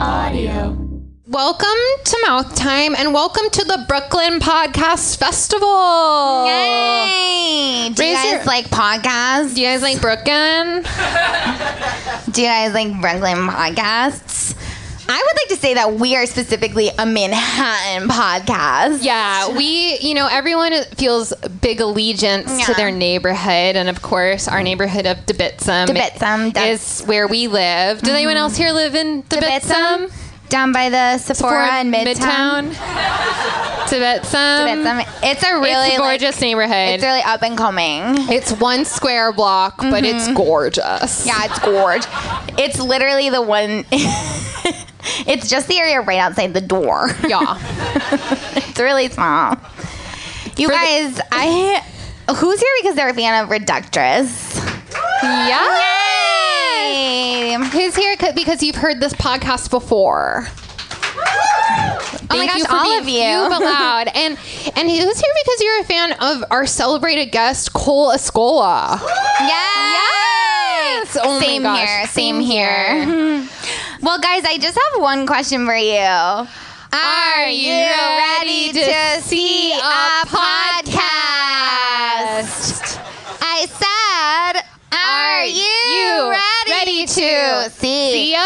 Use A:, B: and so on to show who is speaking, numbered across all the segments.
A: Radio.
B: Welcome to Mouth Time and welcome to the Brooklyn Podcast Festival.
C: Yay! Do you
B: Raise
C: guys
B: your-
C: like podcasts?
B: Do you guys like Brooklyn?
C: Do you guys like Brooklyn podcasts? I would like to say that we are specifically a Manhattan podcast.
B: Yeah, we, you know, everyone feels big allegiance to
C: Yeah.
B: their neighborhood. And of course, our neighborhood of Debitsum,
C: Debitsum, that's-
B: is where we live. Did anyone else here live in Debitsum?
C: Debitsum? Down by the Sephora, in
B: Debitsum.
C: Midtown. Debitsum. It's a really
B: it's a
C: like,
B: gorgeous neighborhood.
C: it's really up and coming.
B: It's one square block, but it's gorgeous.
C: Mm-hmm. Yeah, it's gorge. It's literally the one. it's just the area right outside the door.
B: Yeah.
C: It's really small. You
B: For the-
C: guys, I who's here because they're a fan of Reductress?
B: yeah.
C: Yay!
B: Who's here c- because you've heard this podcast before? oh my
C: Thank
B: gosh,
C: you for
B: all
C: being
B: of you,
C: few but
B: loud, and and who's here because you're a fan of our celebrated guest Cole Escola?
C: Yes!
B: Oh my
C: same
B: gosh,
C: here. Same,
B: same
C: here. Well, guys, I just have one question for you. Are,
B: you ready to see a
C: podcast? I said, Are, you, ready, to see,
B: see a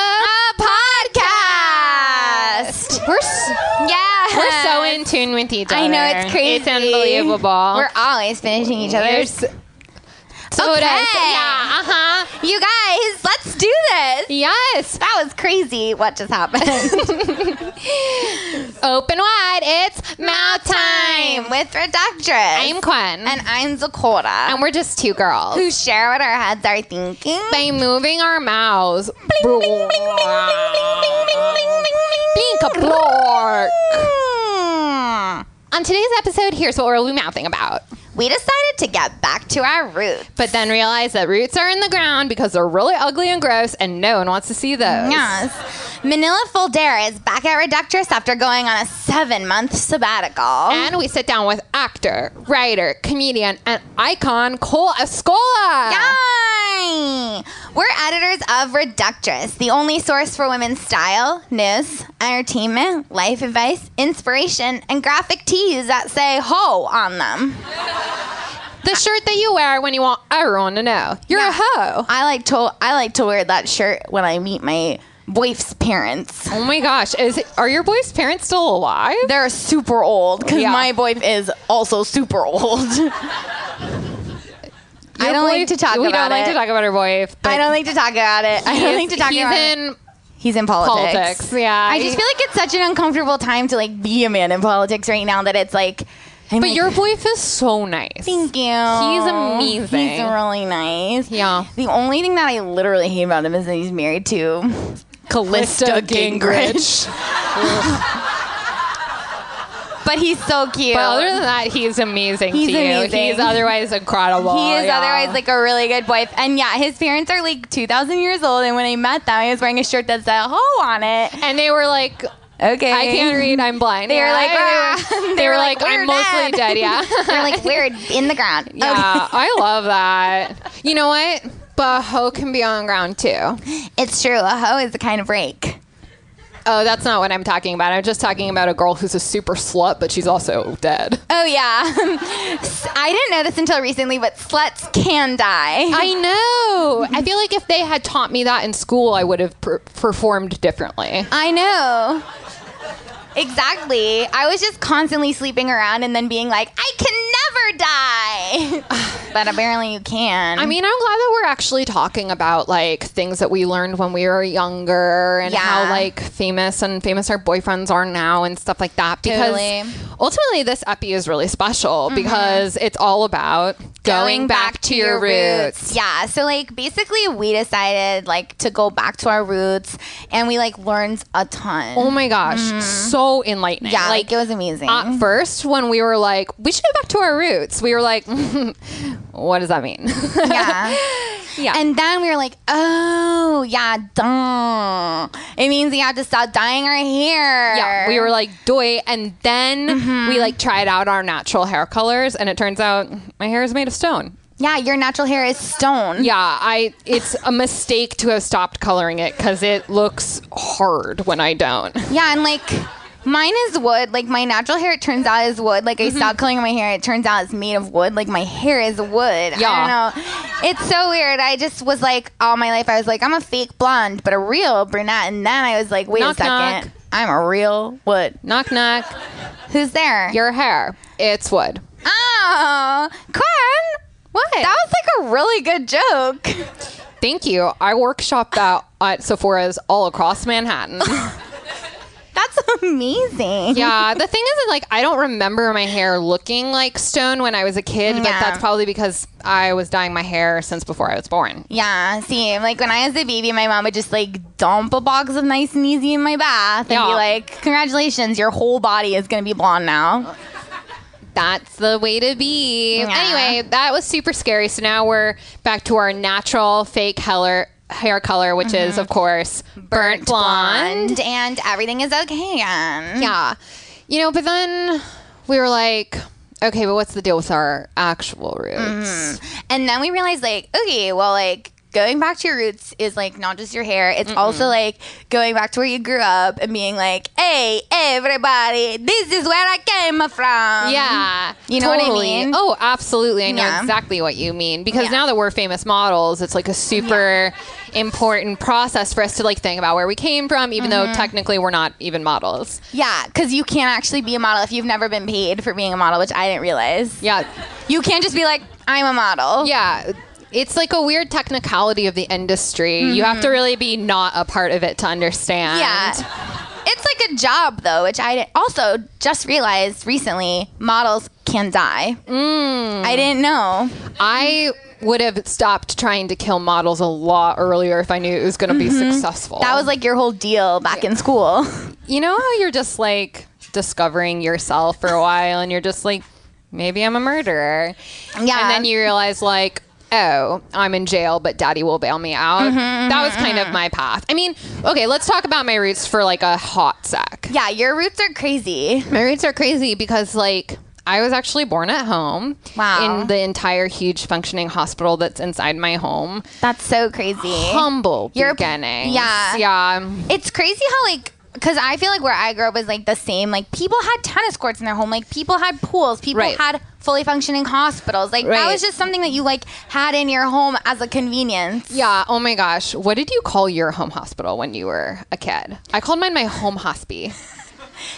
C: podcast?
B: We're s-
C: Yeah.
B: we're so in tune with each other.
C: I know it's crazy.
B: It's unbelievable.
C: We're always finishing each other's.
B: There's sodas.
C: Okay.
B: Yeah. Uh huh.
C: You guys, let's do this.
B: Yes.
C: That was crazy. What just happened?
B: Open wide. It's mouth
C: I'm
B: time.
C: with Reductress.
B: I'm Quinn.
C: and I'm Zakota.
B: and we're just two girls.
C: who share what our heads are thinking.
B: by moving our mouths.
C: Bling, bling, bling, bling, bling, bling, bling, bling, bling,
B: Blink a
C: bling.
B: blork.
C: Hmm.
B: On today's episode, here's what we're mouthing about.
C: We decided to get back to our roots.
B: But then realize that roots are in the ground because they're really ugly and gross, and no one wants to see those.
C: Yes. Manila Foldera is back at Reductress after going on a seven month sabbatical.
B: And we sit down with actor, writer, comedian, and icon Cole Escola.
C: Yay! We're editors of Reductress, the only source for women's style, news, entertainment, life advice, inspiration, and graphic tees that say ho on them.
B: The shirt that you wear when you want everyone to know you're a
C: Yeah.
B: hoe.
C: I like to I like to wear that shirt when I meet my wife's parents.
B: Oh my gosh, is are your boy's parents still alive?
C: They're super old because
B: Yeah.
C: my boyf is also super old. I
B: Your
C: don't
B: boy-
C: like to talk
B: we
C: about
B: don't like
C: it.
B: to talk about her boy.
C: I don't like to talk about it. I don't like to talk
B: he's
C: about it.
B: in
C: He's in politics.
B: Politics, yeah.
C: I just feel like it's such an uncomfortable time to like be a man in politics right now that it's like. I'm
B: But
C: like,
B: your wife is so nice.
C: Thank you.
B: He's amazing.
C: He's really nice.
B: Yeah.
C: The only thing that I literally hate about him is that he's married to Callista Gingrich. but he's so cute.
B: But other than that, he's amazing
C: He's
B: to you.
C: amazing.
B: He's otherwise incredible.
C: he is
B: yeah.
C: otherwise like a really good wife. And yeah, his parents are like 2,000 years old. And when I met them, he was wearing a shirt that said "ho" on it.
B: And they were like,
C: Okay,
B: I can't read, I'm blind.
C: They were like, "Ah."
B: Yeah.
C: they were-
B: they were like, I'm
C: "We're
B: mostly
C: dead."
B: dead. Yeah.
C: They're like weird in the ground.
B: yeah. I love that. You know what? But a hoe can be on ground too.
C: It's true. A hoe is the kind of rake.
B: Oh, that's not what I'm talking about. I'm just talking about a girl who's a super slut, but she's also dead.
C: Oh yeah. S- I didn't know this until recently, but sluts can die.
B: I know. I feel like if they had taught me that in school, I would have per- performed differently.
C: I know. Exactly. I was just constantly sleeping around and then being like, I can never die. but apparently you can.
B: I mean, I'm glad that we're actually talking about like things that we learned when we were younger and
C: Yeah.
B: how like famous and famous our boyfriends are now and stuff like that. Because
C: Totally.
B: ultimately, this epi is really special because it's all about going, back, to your roots.
C: Yeah. So like basically we decided like to go back to our roots and we like learned a ton.
B: Oh my gosh, so enlightening.
C: yeah, Mm-hmm. like, it was amazing.
B: at first when we were like we should go back to our roots we were like what does that mean
C: yeah.
B: Yeah.
C: And then we were like, oh, yeah, duh. It means we have to stop dyeing our hair.
B: yeah we were like doy and then we like tried out our natural hair colors and it turns out my hair is made of stone
C: Yeah, your natural hair is stone.
B: Yeah, I it's a mistake to have stopped coloring it because it looks hard when I don't.
C: Yeah, and like mine is wood. Like my natural hair, it turns out is wood. Like I
B: Mm-hmm.
C: stopped coloring my hair, it turns out it's made of wood. Like my hair is wood.
B: Yeah.
C: I don't know. It's so weird. I just was like all my life I was like, I'm a fake blonde, but a real brunette. And then I was like, wait
B: Knock,
C: a second.
B: knock.
C: I'm a real wood.
B: Knock knock.
C: Who's there?
B: Your hair. It's wood.
C: oh, Quinn.
B: What?
C: That was like a really good joke.
B: Thank you. I workshopped that at Sephora's all across Manhattan.
C: That's amazing.
B: yeah, the thing is, is, like, I don't remember my hair looking like stone when I was a kid, but
C: Yeah.
B: that's probably because I was dyeing my hair since before I was born.
C: Yeah, same. Like when I was a baby, my mom would just like dump a box of nice and easy in my bath and be
B: Yeah.
C: like, "Congratulations, your whole body is gonna be blonde now."
B: That's the way to be.
C: Yeah.
B: Anyway, that was super scary. So now we're back to our natural fake color, hair color, which is, of course, burnt, blonde.
C: Mm-hmm. Blonde and everything is okay again.
B: Yeah. You know, but then we were like, okay, but what's the deal with our actual roots?
C: And then we realized, like, okay, well, like going back to your roots is like not just your hair; it's also like going back to where you grew up and being like, "Hey, everybody, this is where I came from."
B: Yeah.
C: You know what I mean?
B: Oh, absolutely. I know
C: Yeah.
B: exactly what you mean. Because
C: Yeah.
B: now that we're famous models, it's like a super important process for us to like think about where we came from, even though
C: Mm-hmm.
B: technically we're not even models.
C: yeah, because you can't actually be a model if you've never been paid for being a model, which I didn't realize.
B: Yeah.
C: You can't just be like, I'm a model.
B: Yeah. It's like a weird technicality of the industry. You have to really be not a part of it to understand.
C: Mm-hmm. Yeah. It's like a job though, which I didn't- also just realized recently. Models can die.
B: Mm.
C: I didn't know.
B: I would have stopped trying to kill models a lot earlier if I knew it was going to be successful.
C: Mm-hmm. That was like your whole deal back in school.
B: you know how you're just like discovering yourself for a while and you're just like maybe i'm a murderer
C: Yeah.
B: and then you realize like oh i'm in jail but daddy will bail me out
C: Mm-hmm,
B: that was kind of my path i mean okay let's talk about my roots for like a hot sec
C: yeah, your roots are crazy.
B: my roots are crazy because like I was actually born at home.
C: Wow.
B: In the entire huge functioning hospital that's inside my home.
C: That's so crazy.
B: Humble
C: You're-
B: beginnings.
C: yeah.
B: Yeah.
C: It's crazy how like because I feel like where I grew up was like the same. Like people had tennis courts in their home. Like people had pools. People
B: Right.
C: had fully functioning hospitals. Like that
B: Right.
C: was just something that you like had in your home as a convenience.
B: Yeah. Oh my gosh. What did you call your home hospital when you were a kid? I called mine my home hospy.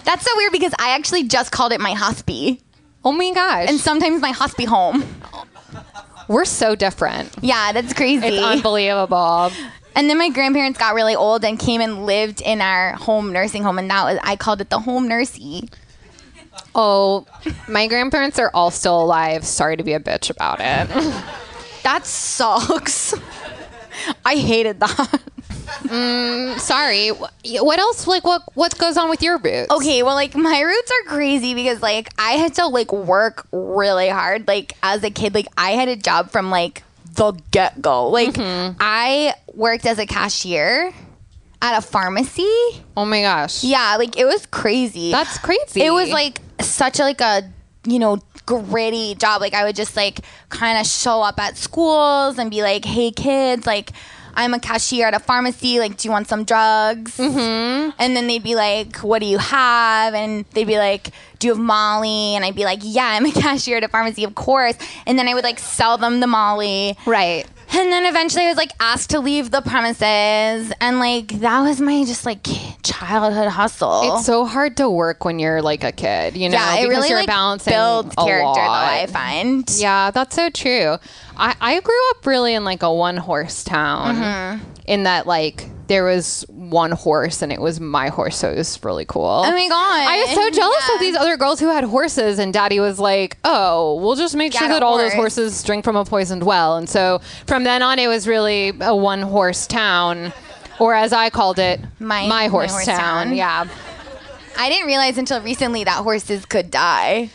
C: That's so weird because I actually just called it my hospy.
B: Oh my gosh.
C: And sometimes my hospy home.
B: we're so different.
C: Yeah, that's crazy.
B: It's unbelievable.
C: and then my grandparents got really old and came and lived in our home nursing home and that was I called it the home nursey.
B: Oh, my grandparents are all still alive. Sorry to be a bitch about it.
C: That sucks. I hated that.
B: Sorry. Wh- What else? Like what? What goes on with your roots?
C: Okay, well like my roots are crazy because like I had to like work really hard like as a kid like I had a job from like the get go. Like I worked as a cashier at a pharmacy.
B: Oh my gosh.
C: Yeah, like it was crazy.
B: That's crazy.
C: It was like such a, like a you know gritty job. Like I would just like kind of show up at schools and be like, "Hey kids, like I'm a cashier at a pharmacy. Like, do you want some drugs?" Mm-hmm. And then they'd be like, "What do you have?" And they'd be like, "Do you have Molly?" And I'd be like, "Yeah, I'm a cashier at a pharmacy, of course." And then I would like sell them the Molly.
B: right.
C: And then eventually I was like asked to leave the premises and like that was my just like childhood hustle.
B: It's so hard to work when you're like a kid. You know.
C: yeah, it
B: because
C: really
B: you're
C: like
B: balancing
C: builds
B: a
C: character though,
B: lot.
C: I find.
B: Yeah, that's so true. I, I grew up really in like a one horse town,
C: Mm-hmm.
B: in that like there was one horse and it was my horse, so it was really cool.
C: Oh my god.
B: I was so jealous
C: Yeah.
B: of these other girls who had horses, and daddy was like, Oh, we'll just make sure
C: Get a
B: that all those
C: horse."
B: horses drink from a poisoned well. And so from then on, it was really a one horse town, or as I called it,
C: My-
B: my,
C: my
B: horse,
C: horse
B: town.
C: town.
B: Yeah.
C: I didn't realize until recently that horses could die.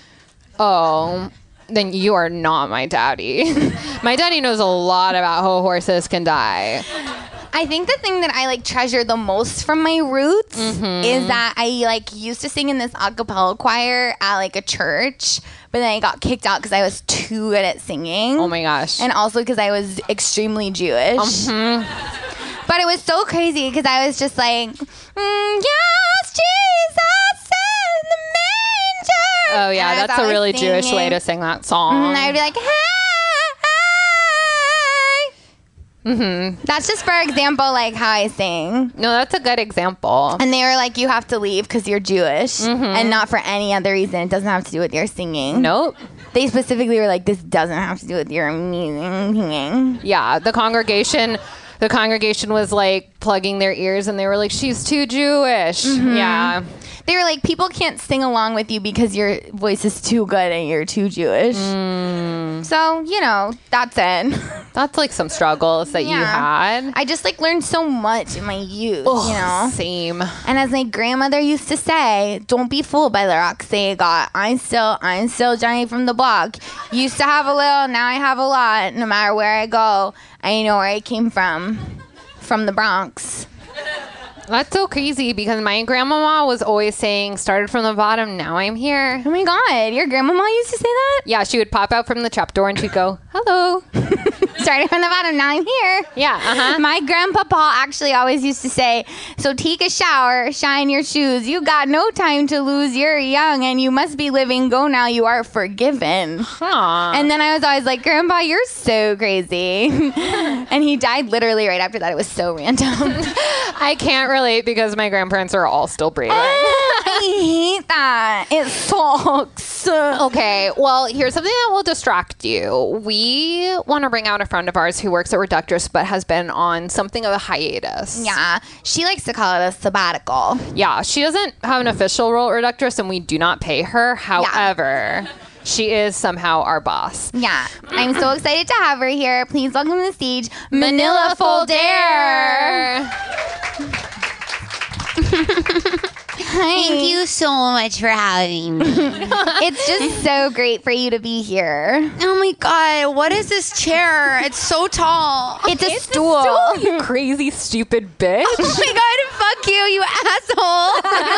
B: Oh, then you are not my daddy. my daddy knows a lot about how horses can die.
C: I think the thing that I like treasure the most from my roots is that I like used to sing in this a cappella choir at like a church, But then I got kicked out because I was too good at singing.
B: Oh my gosh.
C: And also because I was extremely Jewish.
B: Mm-hmm.
C: But it was so crazy because I was just like, mm, yes, Jesus in the manger.
B: oh yeah,
C: And I was
B: that's a
C: always
B: really Jewish way
C: singing. Mm,
B: to sing that song.
C: And I'd be like, hi. Mm-hmm. That's just for example, like how I sing.
B: no, that's a good example.
C: And they were like, you have to leave because you're Jewish and not for any other reason. It doesn't have to do with your singing.
B: Mm-hmm. nope.
C: They specifically were like, this doesn't have to do with your amazing singing.
B: Yeah, the congregation the congregation was like plugging their ears and they were like she's too Jewish.
C: Mm-hmm.
B: Yeah.
C: They were like, people can't sing along with you because your voice is too good and you're too Jewish. So, you know, that's it.
B: That's like some struggles that you
C: Yeah.
B: had.
C: I just like learned so much in my youth, you know?
B: same.
C: And as my grandmother used to say, don't be fooled by the rocks they got. I'm still, I'm still Johnny from the block. Used to have a little, now I have a lot. No matter where I go, I know where I came from. From the Bronx.
B: That's so crazy because my grandmama was always saying, started from the bottom, now I'm here.
C: Oh my God, your grandmama used to say that?
B: Yeah, she would pop out from the trapdoor and she'd go, hello.
C: Started from the bottom, now I'm here.
B: Yeah, uh-huh.
C: My grandpapa actually always used to say, So take a shower, shine your shoes. You got no time to lose. You're young and you must be living. Go now, you are forgiven.
B: Aw.
C: And then I was always like, Grandpa, you're so crazy. and he died literally right after that. It was so random.
B: I can't relate because my grandparents are all still breathing.
C: I hate that. It sucks.
B: Okay, well, here's something that will distract you. We want to bring out a friend of ours who works at Reductress but has been on something of a hiatus.
C: Yeah. She likes to call it a sabbatical.
B: Yeah, she doesn't have an official role at Reductress and we do not pay her. However, she is somehow our boss.
C: Yeah. I'm so excited to have her here. Please welcome to the stage, Manila Folder.
A: Thank you so much for having me.
C: It's just so great for you to be here.
A: oh my god, what is this chair? It's so tall.
C: It's a stool.
B: you crazy, stupid bitch.
A: Oh my god, fuck you, you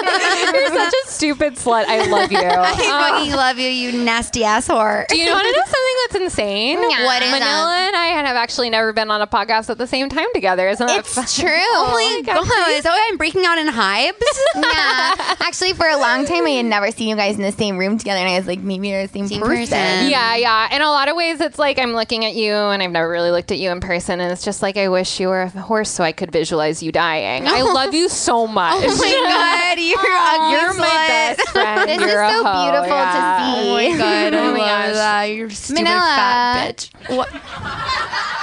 A: asshole.
B: You're such a stupid slut. I love you.
A: I fucking love you, you nasty ass whore.
B: Do you want to know something that's insane?
A: What is
B: Manila
A: that?
B: and I have actually never been on a podcast at the same time together. Isn't that fun?
C: It's true.
A: Oh my god, is that why I'm breaking out in hives?
C: yeah. Actually, for a long time, I had never seen you guys in the same room together, and I was like, maybe you're the same,
A: Same
C: person.
A: person.
B: Yeah, yeah. In a lot of ways, it's like I'm looking at you and I've never really looked at you in person. And it's just like, I wish you were a horse so I could visualize you dying. I love you so much.
A: Oh my god, you're ugly.
B: You're my
A: slut.
B: best friend.
C: This
B: You're
C: is
B: a
C: so
B: hoe,
C: beautiful
B: yeah.
C: to see.
A: Oh my god,
B: Oh my
A: oh my
B: gosh.
A: gosh. that. You're a stupid
C: Manila.
A: fat bitch. What?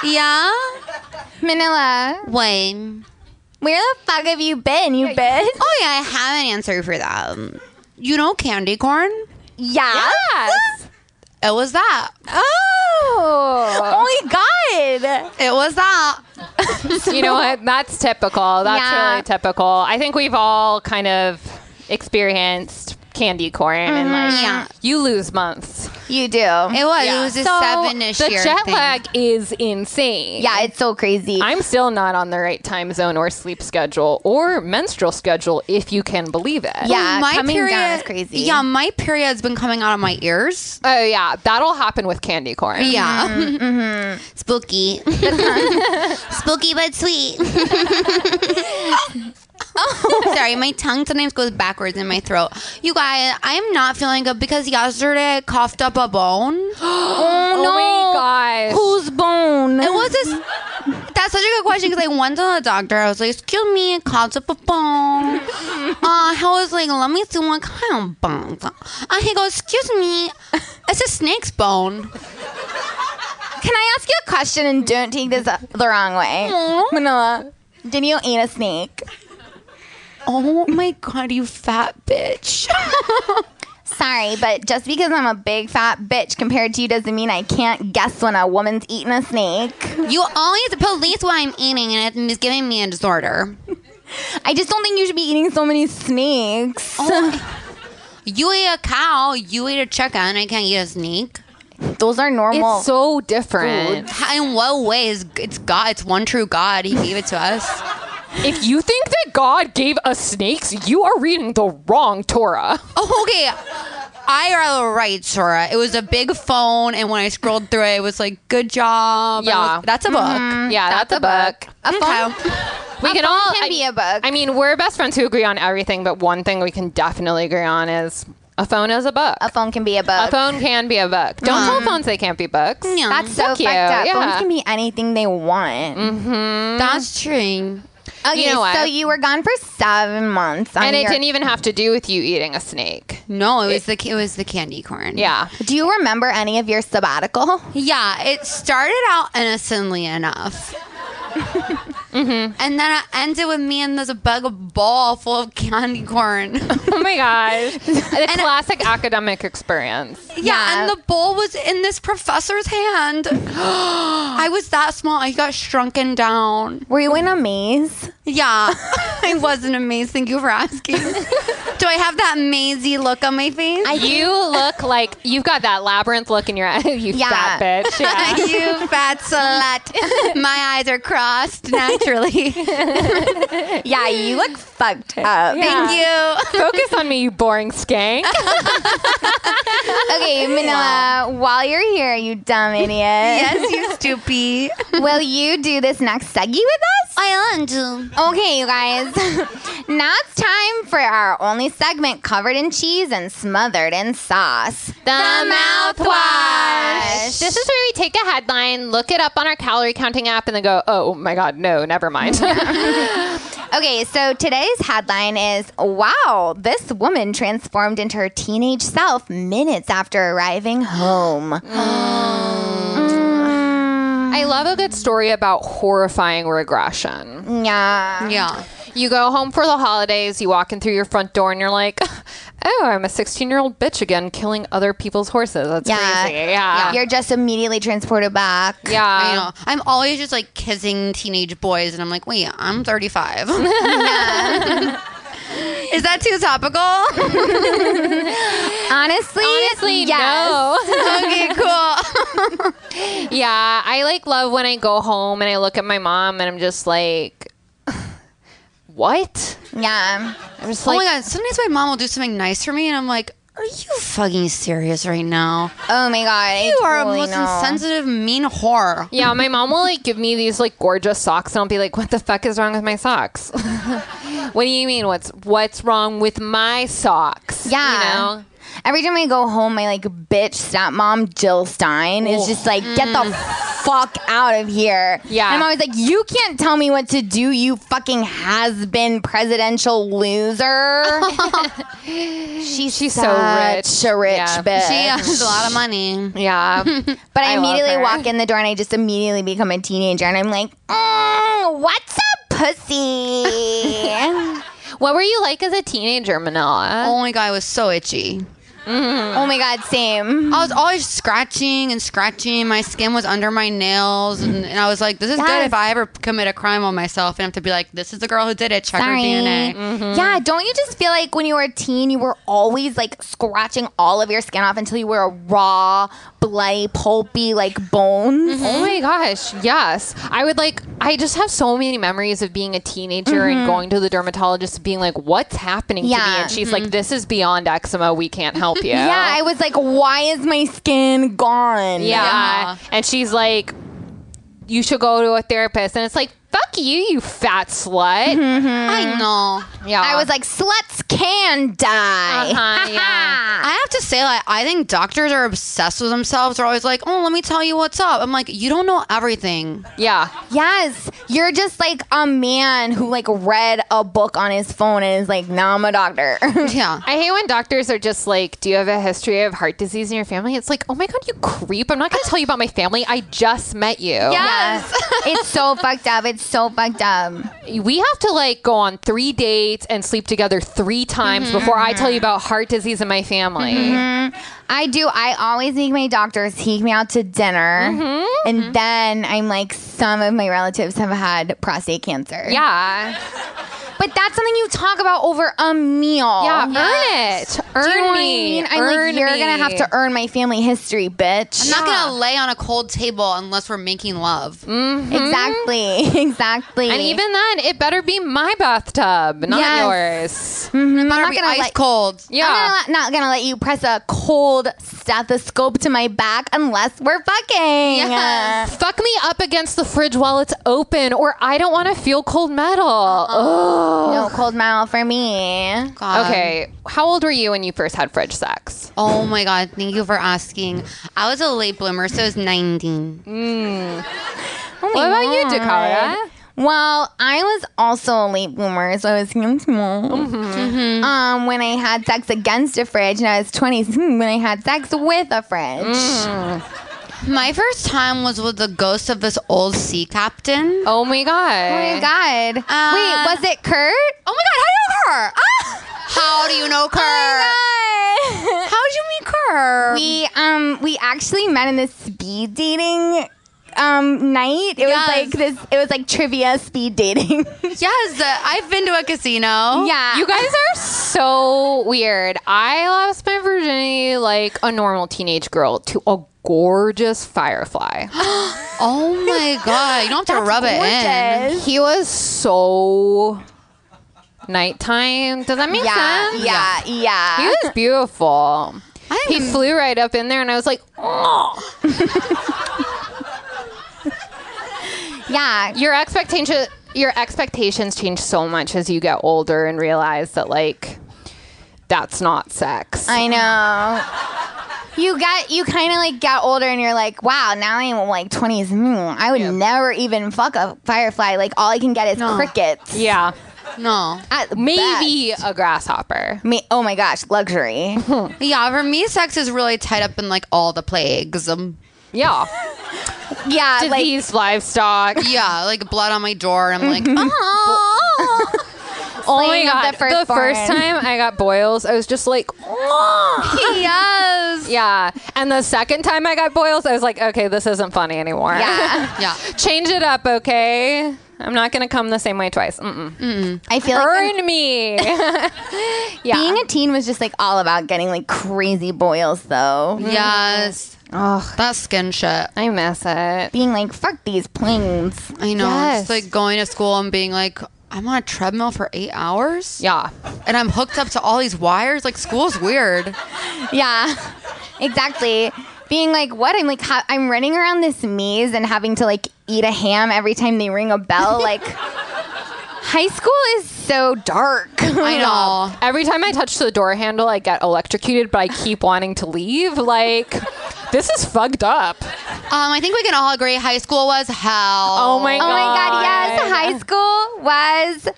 A: Yeah?
C: Manila,
A: When?
C: where the fuck have you been, you bitch?
A: Oh yeah, I have an answer for that. You know candy corn?
C: Yeah.
B: Yes.
A: It was that.
B: Oh.
C: Oh my god.
A: It was that.
B: you know what? That's typical. That's
C: Yeah.
B: really typical. I think we've all kind of experienced candy corn
C: Mm-hmm.
B: and like
A: Yeah.
B: you lose months.
C: You do. Yeah,
A: It was.
B: Yeah.
A: It was a
B: So,
A: seven ish
B: The
A: year.
B: jet
A: thing.
B: lag is insane.
C: it's so crazy.
B: I'm still not on the right time zone or sleep schedule or menstrual schedule, if you can believe it.
C: Yeah. coming down is crazy.
A: Yeah, my period's been coming out of my ears.
B: Oh, yeah. That'll happen with candy corn.
A: Yeah. mm-hmm. Spooky. Spooky but sweet. Sorry, my tongue sometimes goes backwards in my throat. You guys, I'm not feeling good because yesterday I coughed up a bone.
B: Oh, my gosh.
C: Whose bone?
A: It was this. That's such a good question because I went to the doctor. I was like, "Excuse me, I called up a bone." Uh, I was like, "Let me see what kind of bone." And he goes, "Excuse me, it's a snake's bone."
C: Can I ask you a question and don't take this uh, the wrong way? Manila, did you eat a snake?
A: Oh my god, you fat bitch!
C: Sorry, but just because I'm a big fat bitch compared to you doesn't mean I can't guess when a woman's eating a snake.
A: You always police what I'm eating, and it's giving me a disorder.
C: I just don't think you should be eating so many snakes.
B: Oh,
A: Oh. You ate a cow, you ate a chicken, I can't eat a snake.
C: Those are normal.
B: it's so different.
A: How- In what way is it's God? It's one true God. He gave it to us.
B: If you think that God gave us snakes, you are reading the wrong Torah.
A: Oh, okay. IRL right, Sora. It was a big phone, and when I scrolled through it, it was like, good job. I
B: Yeah.
A: was- that's a book.
B: Yeah, that's, a book.
C: Mm, A phone
A: Okay.
B: We can all
C: can
B: I-
C: be a book.
B: I mean, we're best friends who agree on everything, but one thing we can definitely agree on is a phone is a book.
C: a phone can be a book.
B: A phone can be a book. Don't tell phones they can't be books.
A: Yeah.
C: That's so
B: Fuck
C: fucked
B: you, yeah.
C: up.
B: Mm.
C: Phones can be anything they want.
A: Mm-hmm. That's true.
C: Okay,
B: You know what?
C: so you were gone for seven months, on
B: And it
C: your-
B: didn't even have to do with you eating a snake.
A: No, it was the it was the candy corn.
B: Yeah.
C: Do you remember any of your sabbatical?
A: yeah. It started out innocently enough, and then it ended with me and there's a bug ball full of candy corn.
B: Oh my gosh. The
A: And-
B: classic academic experience.
A: Yeah, and
C: Yeah.
A: the bowl was in this professor's hand. I was that small. I got shrunken down.
C: Were you in a maze?
A: Yeah, I wasn't amazed. Thank you for asking. Do I have that mazy look on my face?
B: you look like you've got that labyrinth look in your eye. You
C: Yeah.
B: fat bitch. Yeah.
A: you fat slut. My eyes are crossed naturally.
C: Yeah, you look fucked up.
A: Thank you.
B: Focus on me, you boring skank.
C: Okay, Manila, while you're here, you dumb idiot,
A: Yes, you stupid.
C: will you do this next seggy with us?
A: I want to.
C: Okay, you guys. now it's time for our only segment covered in cheese and smothered in sauce.
B: The
C: mouthwash.
B: This is where we take a headline, look it up on our calorie counting app, and then go, oh my God, no, never mind.
C: Okay, so today's headline is Wow, this woman transformed into her teenage self minutes after arriving home. Mm,
B: I love a good story about horrifying regression.
C: yeah.
A: Yeah.
B: You go home for the holidays, you walk in through your front door, and you're like, oh, I'm a 16 year old bitch again, killing other people's horses. That's crazy. Yeah.
C: You're just immediately transported back.
B: yeah.
A: I know. I'm always just like kissing teenage boys, and I'm like, wait, I'm 35. Is that too topical?
C: Honestly,
B: Honestly,
C: yes.
B: no.
A: okay, cool.
B: Yeah, I like love when I go home and I look at my mom and I'm just like, what?
C: Yeah.
B: I'm just
A: oh
B: like,
A: my god, sometimes my mom will do something nice for me, and I'm like, are you fucking serious right now?
C: Oh my God.
A: You are a
C: totally
A: most
C: know.
A: insensitive, mean whore.
B: yeah, my mom will like give me these like gorgeous socks and I'll be like, what the fuck is wrong with my socks? what do you mean? What's what's wrong with my socks?
C: Yeah.
B: You know?
C: Every time I go home, my like bitch stepmom Jill Stein is just like, get the fuck out of here.
B: Mm. Yeah.
C: And I'm always like, you can't tell me what to do, you fucking has been presidential loser. she's
B: She's so
C: such
B: rich.
C: a rich
B: Yeah.
C: bitch.
A: She has a lot of money.
B: Yeah.
C: but I,
B: I love
C: immediately
B: her.
C: walk in the door and I just immediately become a teenager and I'm like, mm, what's a pussy?
B: what were you like as a teenager, Manila?
A: Oh my god, I was so itchy.
C: oh my God, same.
A: I was always scratching and scratching. My skin was under my nails, and, and I was like, "This is good."
C: Yes.
A: If I ever commit a crime on myself, and have to be like, "This is the girl who did it," check her
C: Sorry. Mm. Mm-hmm.
A: DNA.
C: Yeah, don't you just feel like when you were a teen, you were always like scratching all of your skin off until you were a raw, bloody, pulpy, like bones?
B: Oh my gosh, yes. I would like, I just have so many memories of being a teenager and going to the dermatologist and being like, what's happening to me?
C: Yeah.
B: And she's like, this is beyond eczema. We can't help you.
C: Yeah, I was like, why is my skin gone?
B: Yeah.
A: Yeah.
B: And she's like, you should go to a therapist. And it's like, fuck you, you fat slut.
A: I know.
B: Yeah.
C: I was like, sluts can die.
B: Uh-huh, yeah.
A: I have to say, like, I think doctors are obsessed with themselves. They're always like, "Oh, let me tell you what's up." I'm like, "You don't know everything."
B: yeah.
C: Yes, you're just like a man who like read a book on his phone and is like, now I'm a doctor.
A: Yeah.
B: I hate when doctors are just like, do you have a history of heart disease in your family? It's like, oh my God, you creep. I'm not going to tell you about my family. I just met you. Yeah.
C: Yes. it's so fucked up. It's so fucked up.
B: we have to like go on three
C: Mm-hmm.
B: dates and sleep together three times before I tell you about heart disease in my family.
C: I do. I always make my doctors take me out to dinner.
B: Mm-hmm.
C: And then I'm like, some of my relatives have had prostate cancer.
B: Yeah.
C: But that's something you talk about over a meal.
B: Yeah.
A: Yes.
B: Earn it. Earn
C: You know what I
B: me.
C: mean? I'm
B: earn
C: like, you're
B: me.
C: going to have to earn my family history, bitch.
A: I'm not gonna lay on a cold table unless we're making love.
C: Exactly. Exactly.
B: And even then, it better be my bathtub, not yours.
C: Yes. Mhm, I'm
A: Better
C: not
A: be
C: gonna
A: ice
C: let,
A: cold.
B: Yeah.
C: I'm gonna let- not gonna let you press a cold stethoscope to my back unless we're fucking.
A: Yes.
B: Fuck me up against the fridge while it's open, or I don't want to feel cold metal.
C: Uh-uh.
B: Ugh.
C: No cold mouth for me.
A: God.
B: okay. How old were you when you first had fridge sex?
A: Oh my god, thank you for asking. I was a late bloomer, so I was 19.
B: What about you, Dakota?
C: Well, I was also a late bloomer, so I was
A: Mm-hmm.
C: um when I had sex against a fridge, and I was 20 when I had sex with a fridge.
A: Mm. My first time was with the ghost of this old sea captain.
B: Oh my god.
C: Oh my god!
A: Uh,
C: Wait, was it Kurt?
A: Oh
C: Oh
A: my god, how do you know her? How do you know her? How'd you meet her?
C: we um we actually met in this speed dating um night. It
A: Yes.
C: was like this. It was like trivia speed dating.
A: yes, uh, I've been to a casino.
C: yeah,
B: You guys are so weird. I lost my virginity like a normal teenage girl to a gorgeous firefly.
A: Oh my god, you don't have to rub it in.
C: Gorgeous.
B: he was so nighttime. Does that make
C: Yeah,
B: sense?
C: yeah, Hmm. yeah.
B: He was beautiful.
A: I
B: He
A: am-
B: flew right up in there, and I was like, "Oh,
C: yeah.
B: your expectation, your expectations change so much as you get older and realize that like that's not sex."
C: I know. You got you kind of like got older and you're like, wow, now I'm like 20s. Mm, I would never even fuck a firefly. Like all I can get is
A: No.
C: crickets.
B: yeah,
A: No.
C: At
B: maybe a grasshopper.
C: best. Me, oh my gosh, luxury.
A: Yeah, for me, sex is really tied up in like all the plagues. Um,
B: Yeah,
C: yeah, like
B: disease, livestock.
A: yeah, like blood on my door. I'm like, uh-huh. oh.
B: Oh my
C: slaying of
B: god!
C: the
B: The,
C: firstborn.
B: first time I got boils, I was just like,
A: yes.
B: yeah. And the second time I got boils, I was like, okay, this isn't funny anymore.
C: yeah.
A: Yeah.
B: Change it up, okay? I'm not gonna come the same way twice. Mm-mm.
C: I feel like
B: Burn me. yeah.
C: Being a teen was just like all about getting like crazy boils though.
A: Mm-hmm. Yes.
B: Ugh,
A: That skin shit.
B: I miss it.
C: Being like, fuck these planes.
A: I know.
B: Yes.
A: Just like going to school and being like, I'm on a treadmill for eight hours
B: Yeah.
A: and I'm hooked up to all these wires. Like, school's weird.
C: Yeah, exactly. Being like, what? I'm like, ha- I'm running around this maze and having to like eat a ham every time they ring a bell. Like, high school is so dark.
A: I know.
B: Every time I touch the door handle, I get electrocuted, but I keep wanting to leave. Like, this is fucked up.
A: Um, I think we can all agree high school was hell.
B: Oh my
C: oh
B: god.
C: my god, yes, high school was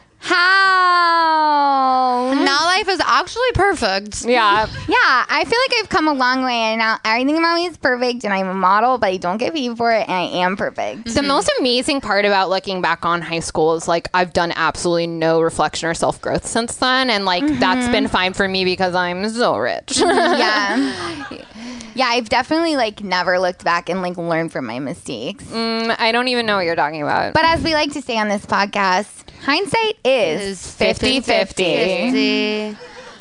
C: how.
A: Now life is actually perfect.
B: Yeah.
C: Yeah, I feel like I've come a long way, and now I think I'm always perfect, and I'm a model, but I don't get paid for it, and I am perfect.
B: The most amazing part about looking back on high school is like I've done absolutely no reflection or self growth since then. And like that's been fine for me because I'm so rich.
C: yeah. Yeah, I've definitely like never looked back and like learned from my mistakes.
B: Mm, I don't even know what you're talking about.
C: But as we like to say on this podcast, hindsight is, 50 50.
A: 50.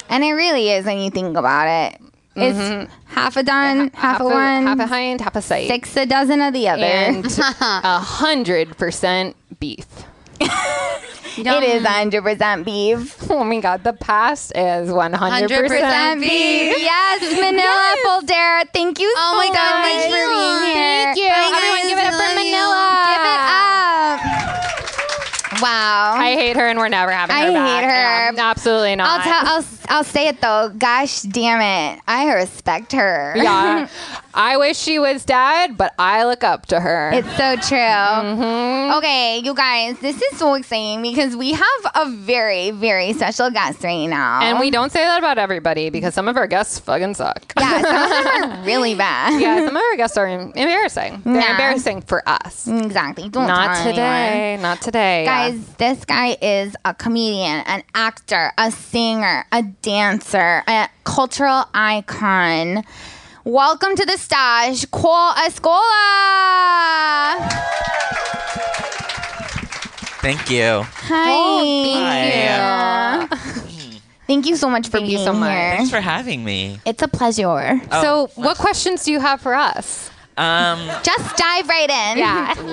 C: And it really is when you think about it. It's half a done, half, a, one,
B: Mm-hmm. half a hind, half a sight,
C: six a dozen of the other.
B: and a hundred percent beef.
C: it is 100% beef.
B: Oh my god, the past is one hundred
A: 100%
B: percent
A: beef.
C: Yes, Manila Fuldera. Thank you
A: Oh
C: so
A: my God,
C: much
A: thank
C: for
A: you.
C: being here.
B: Thank you,
A: Bye,
B: everyone.
A: guys.
B: Give it up
A: Love
B: for
A: you.
B: Manila.
C: Give it up. Wow.
B: I hate her, and we're never having her
C: I
B: back.
C: hate her.
B: Yeah, absolutely not.
C: I'll tell. I'll. I'll say it though. Gosh damn it! I respect her.
B: yeah, I wish she was dead, but I look up to her.
C: It's so true.
B: Mm-hmm.
C: Okay, you guys, this is so exciting because we have a very, very special guest right now.
B: and we don't say that about everybody because some of our guests fucking suck.
C: Um, yeah, some of them are really bad.
B: Yeah, some of our guests are em- embarrassing. They're
C: Yeah.
B: embarrassing for us.
C: Exactly. Don't
B: Not
C: tell anyone.
B: today. Not today.
C: Guys, this guy is a comedian, an actor, a singer, a dancer, a cultural icon. Welcome to the stage, Qual Escola.
D: Thank you.
C: Hi.
D: Hi.
C: Thank you so much for
B: Thank you
C: being
B: so much.
C: here.
D: Thanks for having me.
C: It's a pleasure.
B: So,
D: Oh,
B: what questions do you have for us?
D: um,
C: Just dive right in.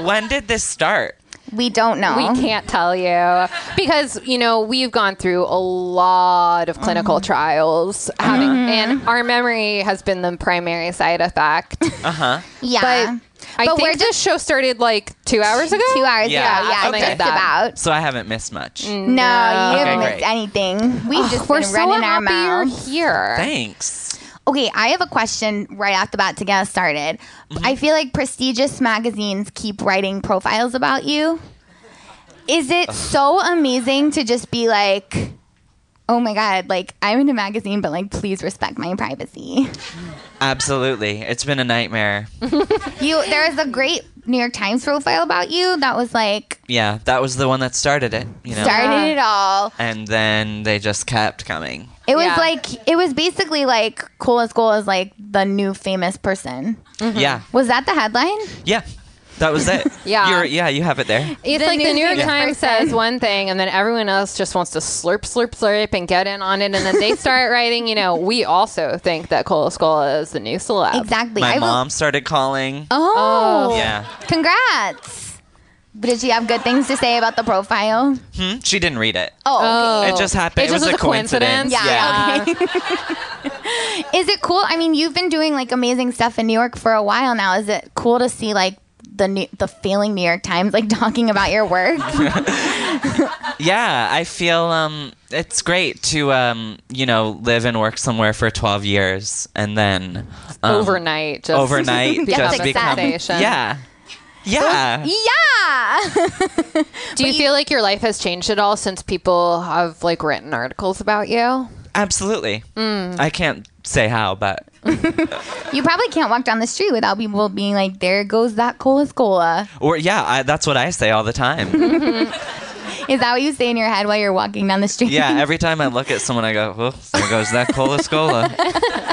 D: when did this start?
C: We don't know.
B: We can't tell you because you know we've gone through a lot of clinical
C: Mm-hmm.
B: trials, having, and our memory has been the primary side effect.
D: Uh huh.
B: But
C: Yeah.
B: I
C: But
B: think
C: we're
B: this show started like two hours ago.
C: Two hours
D: Yeah,
C: ago. Yeah,
D: something
C: just
D: like
B: that.
C: about.
D: So I haven't missed much.
C: No, you haven't
D: Okay,
C: missed
D: great.
C: anything. We've just
B: We're
C: been
B: so
C: running our
B: happy you're
C: mouths.
B: here.
D: Thanks.
C: Okay, I have a question right off the bat to get us started.
D: Mm-hmm.
C: I feel like prestigious magazines keep writing profiles about you. Is it so amazing to just be like, oh my God, like I'm in a magazine, but like please respect my privacy?
D: Absolutely. It's been a nightmare.
C: You, there was a great New York Times profile about you that was like,
D: yeah, that was the one that started it, you know.
C: started it all.
D: and then they just kept coming.
C: It was
B: Yeah.
C: like, it was basically like, Cool as Cool is like the new famous person.
D: Yeah.
C: Was that the headline?
D: Yeah. That was it.
B: Yeah.
D: You're, yeah, you have it there.
B: It's
C: The
B: like the
C: new
B: New York
C: famous
B: Times
C: person.
B: says one thing, and then everyone else just wants to slurp, slurp, slurp, and get in on it, and then they start writing. You know, we also think that Cola Scola is the new celeb.
C: Exactly.
D: My
C: I will-
D: mom started calling.
C: Oh.
D: Yeah.
C: Congrats. But did she have good things to say about the profile?
D: Hmm? She didn't read it.
C: Oh,
D: It just happened. It,
B: just
D: was, a coincidence.
C: Yeah, okay. Is it cool? I mean, you've been doing like amazing stuff in New York for a while now. Is it cool to see like the new, the failing New York Times like talking about your work?
D: yeah i feel um it's great to um you know live and work somewhere for 12 years and then um,
B: overnight. Just
D: overnight
B: become
D: just
B: a
D: become
B: sensation.
D: yeah yeah
C: yeah.
B: Do you feel like your life has changed at all since people have like written articles about you?
D: absolutely i can't say how but
C: you probably can't walk down the street without people being like, "There goes that cola cola."
D: or yeah I, that's what i say all the time
C: Is that what you say in your head while you're walking down the street?
D: yeah every time i look at someone i go oh there goes that cola scola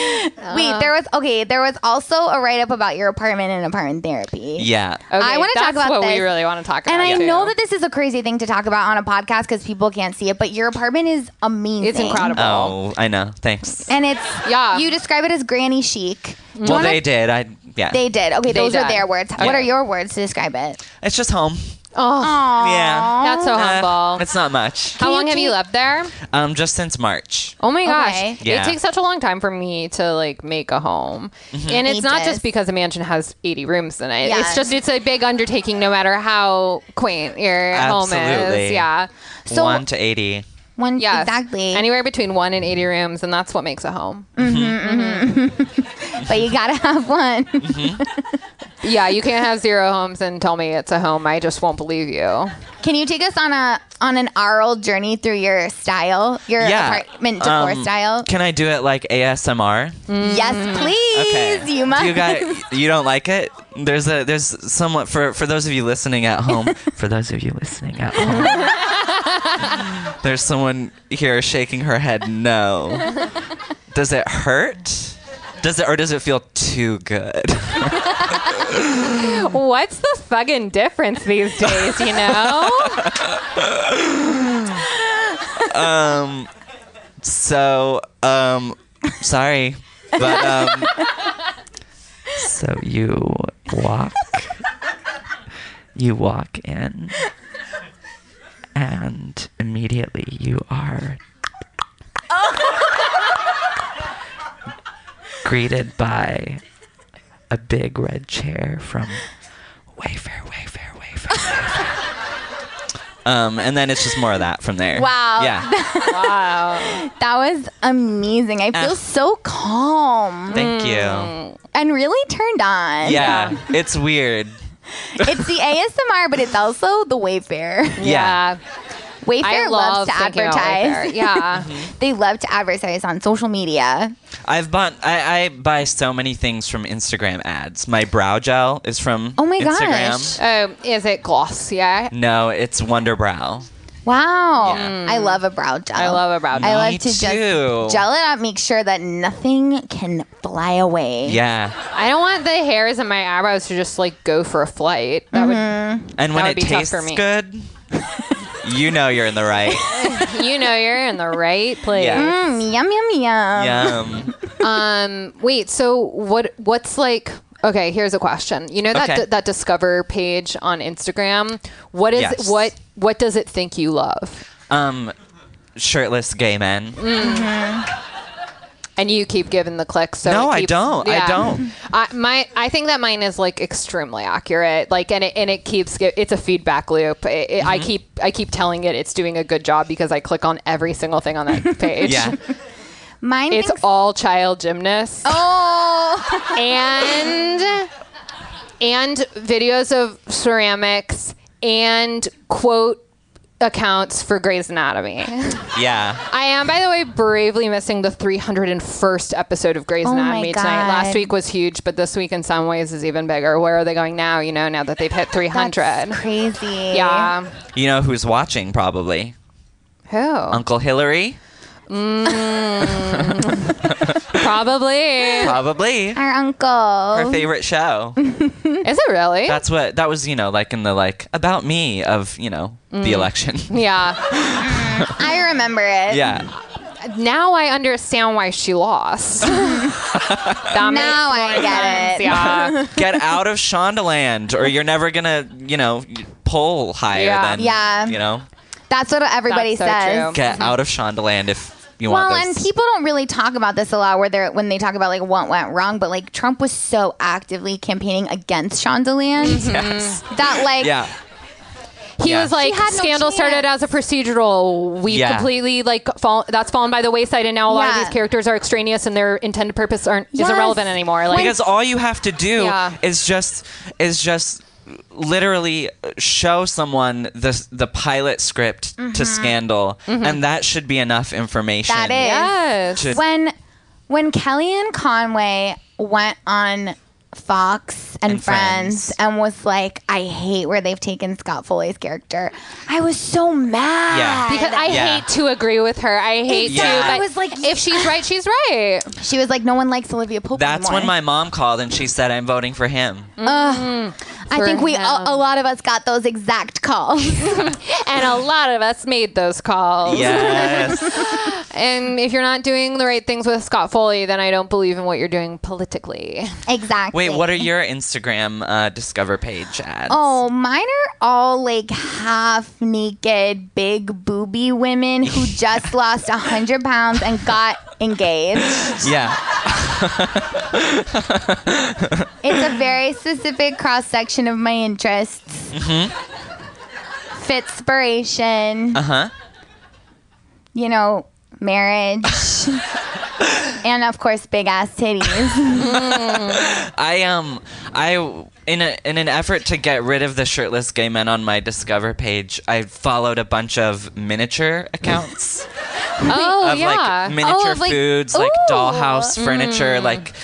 B: Oh.
C: Wait, there was okay. There was also a write up about your apartment and apartment therapy.
D: yeah
B: Okay,
C: I wanna talk
B: that's
C: about
B: what we
C: this.
B: really want to talk about.
C: And I
B: too.
C: know that this is a crazy thing to talk about on a podcast because people can't see it, but your apartment is amazing.
B: it's incredible.
D: oh i know thanks
C: And it's
B: Yeah.
C: You describe it as granny chic.
D: well they did i yeah
C: They did. Okay,
B: They
C: those are
B: did.
C: their words. What
D: Yeah.
C: are your words to describe it?
D: it's just home
B: Oh,
D: yeah
B: that's so
D: Uh,
B: humble.
D: it's not much
B: How
C: you
B: long have you
C: keep-
B: lived there?
D: um just since march
B: Oh my gosh.
C: Okay.
D: Yeah.
B: It takes such a long time for me to like make a home.
D: Mm-hmm.
B: And it's
C: It
B: not
C: does.
B: just because a mansion has 80 rooms in it.
C: Yeah.
B: It's just it's a big undertaking no matter how quaint your home is.
D: Absolutely.
B: Yeah.
C: So-
D: one to eighty.
C: One
B: Yes.
C: exactly.
B: Anywhere between 1 and 80 rooms and that's what makes a home.
C: but you gotta have one.
D: Mm-hmm.
B: yeah, you can't have zero homes and tell me it's a home. I just won't believe you.
C: Can you take us on a on an aural journey through your style, your apartment decor
D: Um,
C: style?
D: Can I do it like ASMR?
C: Yes, please. You must.
D: You got. You don't like it? There's a. There's somewhat for for those of you listening at home. for those of you listening at home. there's someone here shaking her head. No. Does it hurt? Does it or does it feel too good?
B: What's the fucking difference these days, you know?
D: So, um, sorry, but um, so you walk, you walk in, and immediately you are greeted by a big red chair from Wayfair, Wayfair, Wayfair. Wayfair. Um, and then it's just more of that from there.
C: Wow.
D: Yeah.
B: wow.
C: that was amazing. I feel
D: Ah.
C: so calm
D: Thank you.
C: and really turned on.
D: Yeah, it's weird.
C: It's the ASMR, but it's also the Wayfair.
D: Yeah.
C: Wayfair
B: I love
C: loves to
B: thinking about
C: advertise.
B: Wayfair. Yeah.
C: They love to advertise on social media.
D: I've bought I, I buy so many things from Instagram ads. My brow gel is from
C: Oh my
D: Instagram.
C: gosh.
B: Um, is it gloss? Yeah.
D: No, it's Wonder Brow.
C: Wow.
D: Yeah.
C: I love a brow gel.
B: I love a brow
C: I
B: gel.
C: love
D: Me
C: to just
D: too.
C: gel it up, make sure that nothing can fly away.
D: Yeah.
B: I don't want the hairs in my eyebrows to just like go for a flight. That
D: Mm-hmm. And when
B: would
D: it
B: be tough
D: tastes
B: for me.
D: good, you know you're in the right.
B: would, you know, you're in the right place.
D: Yeah.
C: Mm, yum yum yum.
D: Yum.
B: Um, wait. So what? What's like? Okay, here's a question. You know that
D: Okay.
B: that Discover page on Instagram. What is
D: Yes.
B: what? What does it think you love?
D: Um, shirtless gay men.
B: Mm, And you keep giving the clicks. So
D: No,
B: it
D: I
B: keeps-
D: don't. I don't.
B: I my I think that mine is like extremely accurate. Like and it and it keeps ge- it's a feedback loop. It, it,
D: Mm-hmm.
B: I keep I keep telling it it's doing a good job because I click on every single thing on that page.
D: Yeah.
C: Mine
B: It's
C: thinks-
B: all child gymnasts
C: Oh,
B: and and videos of ceramics and quote accounts for Grey's Anatomy.
D: Yeah.
B: I am, by the way, bravely missing the 301st episode of Grey's
C: Oh my
B: Anatomy tonight.
C: God.
B: Last week was huge, but this week in some ways is even bigger. Where are they going now? You know, now that they've hit 300.
C: that's crazy.
B: yeah.
D: You know who's watching probably?
B: Who?
D: Uncle Hillary?
B: Probably. is
D: Probably.
C: Our uncle.
D: Her favorite show.
B: it really?
D: That's what that was, you know, like in the like about me of, you know, the election.
B: yeah.
C: I remember it.
D: yeah.
B: Now I understand why she lost. that makes
C: Now I
B: more
C: get
B: sense.
C: it.
B: Yeah.
D: Get out of Shondaland or you're never gonna, you know, pull higher
B: Yeah.
D: than
C: Yeah.
D: you know.
C: That's what everybody
B: That's so
C: says.
B: true.
D: Get out of Shondaland if you
C: Well,
D: want
C: and
D: those.
C: people don't really talk about this a lot where they're when they talk about like what went wrong, but like Trump was so actively campaigning against Shondaland
D: Yes.
C: that Mm. like
D: Mm-hmm. Yeah.
B: He
D: Yeah.
B: was like,
C: She had no
B: scandal
C: chance.
B: started as a procedural. We
D: Yeah.
B: completely like fall. That's fallen by the wayside, and now a lot of
C: Yeah.
B: these characters are extraneous, and their intended purpose aren't
C: Yes.
B: is irrelevant anymore. Like,
D: because all you have to do
B: Yeah.
D: is just is just literally show someone the the pilot script to Scandal, and that should be enough information.
C: That is.
B: yes,
D: to-
C: when when Kellyanne Conway went on Fox and,
D: And
C: Friends.
D: Friends.
C: and was like, I hate where they've taken Scott Foley's character. I was so mad.
D: Yeah.
B: because I
D: Yeah.
B: hate to agree with her. I hate
D: Exactly.
B: to. But
C: I was like,
B: if she's right, she's right.
C: she was like, no one likes Olivia Pope.
D: That's
C: anymore.
D: when my mom called and she said, "I'm voting for him."
C: I think we a,
B: him.
C: a lot of us got those exact calls.
B: And a lot of us made those calls.
D: Yes.
B: And if you're not doing the right things with Scott Foley, then I don't believe in what you're doing politically.
C: exactly.
D: Wait, what are your Instagram uh, Discover page ads?
C: Oh, mine are all like half naked, big booby women who just lost 100 pounds and got engaged.
D: yeah.
C: It's a very specific cross section of my interests. Fitspiration,
D: Mm-hmm. Uh huh.
C: you know, marriage, and of course, big ass titties.
D: I um I in a in an effort to get rid of the shirtless gay men on my Discover page, I followed a bunch of miniature accounts.
B: Oh
D: of
B: yeah.
D: like miniature
C: Oh, of, like-
D: foods, like
C: Ooh.
D: dollhouse furniture, like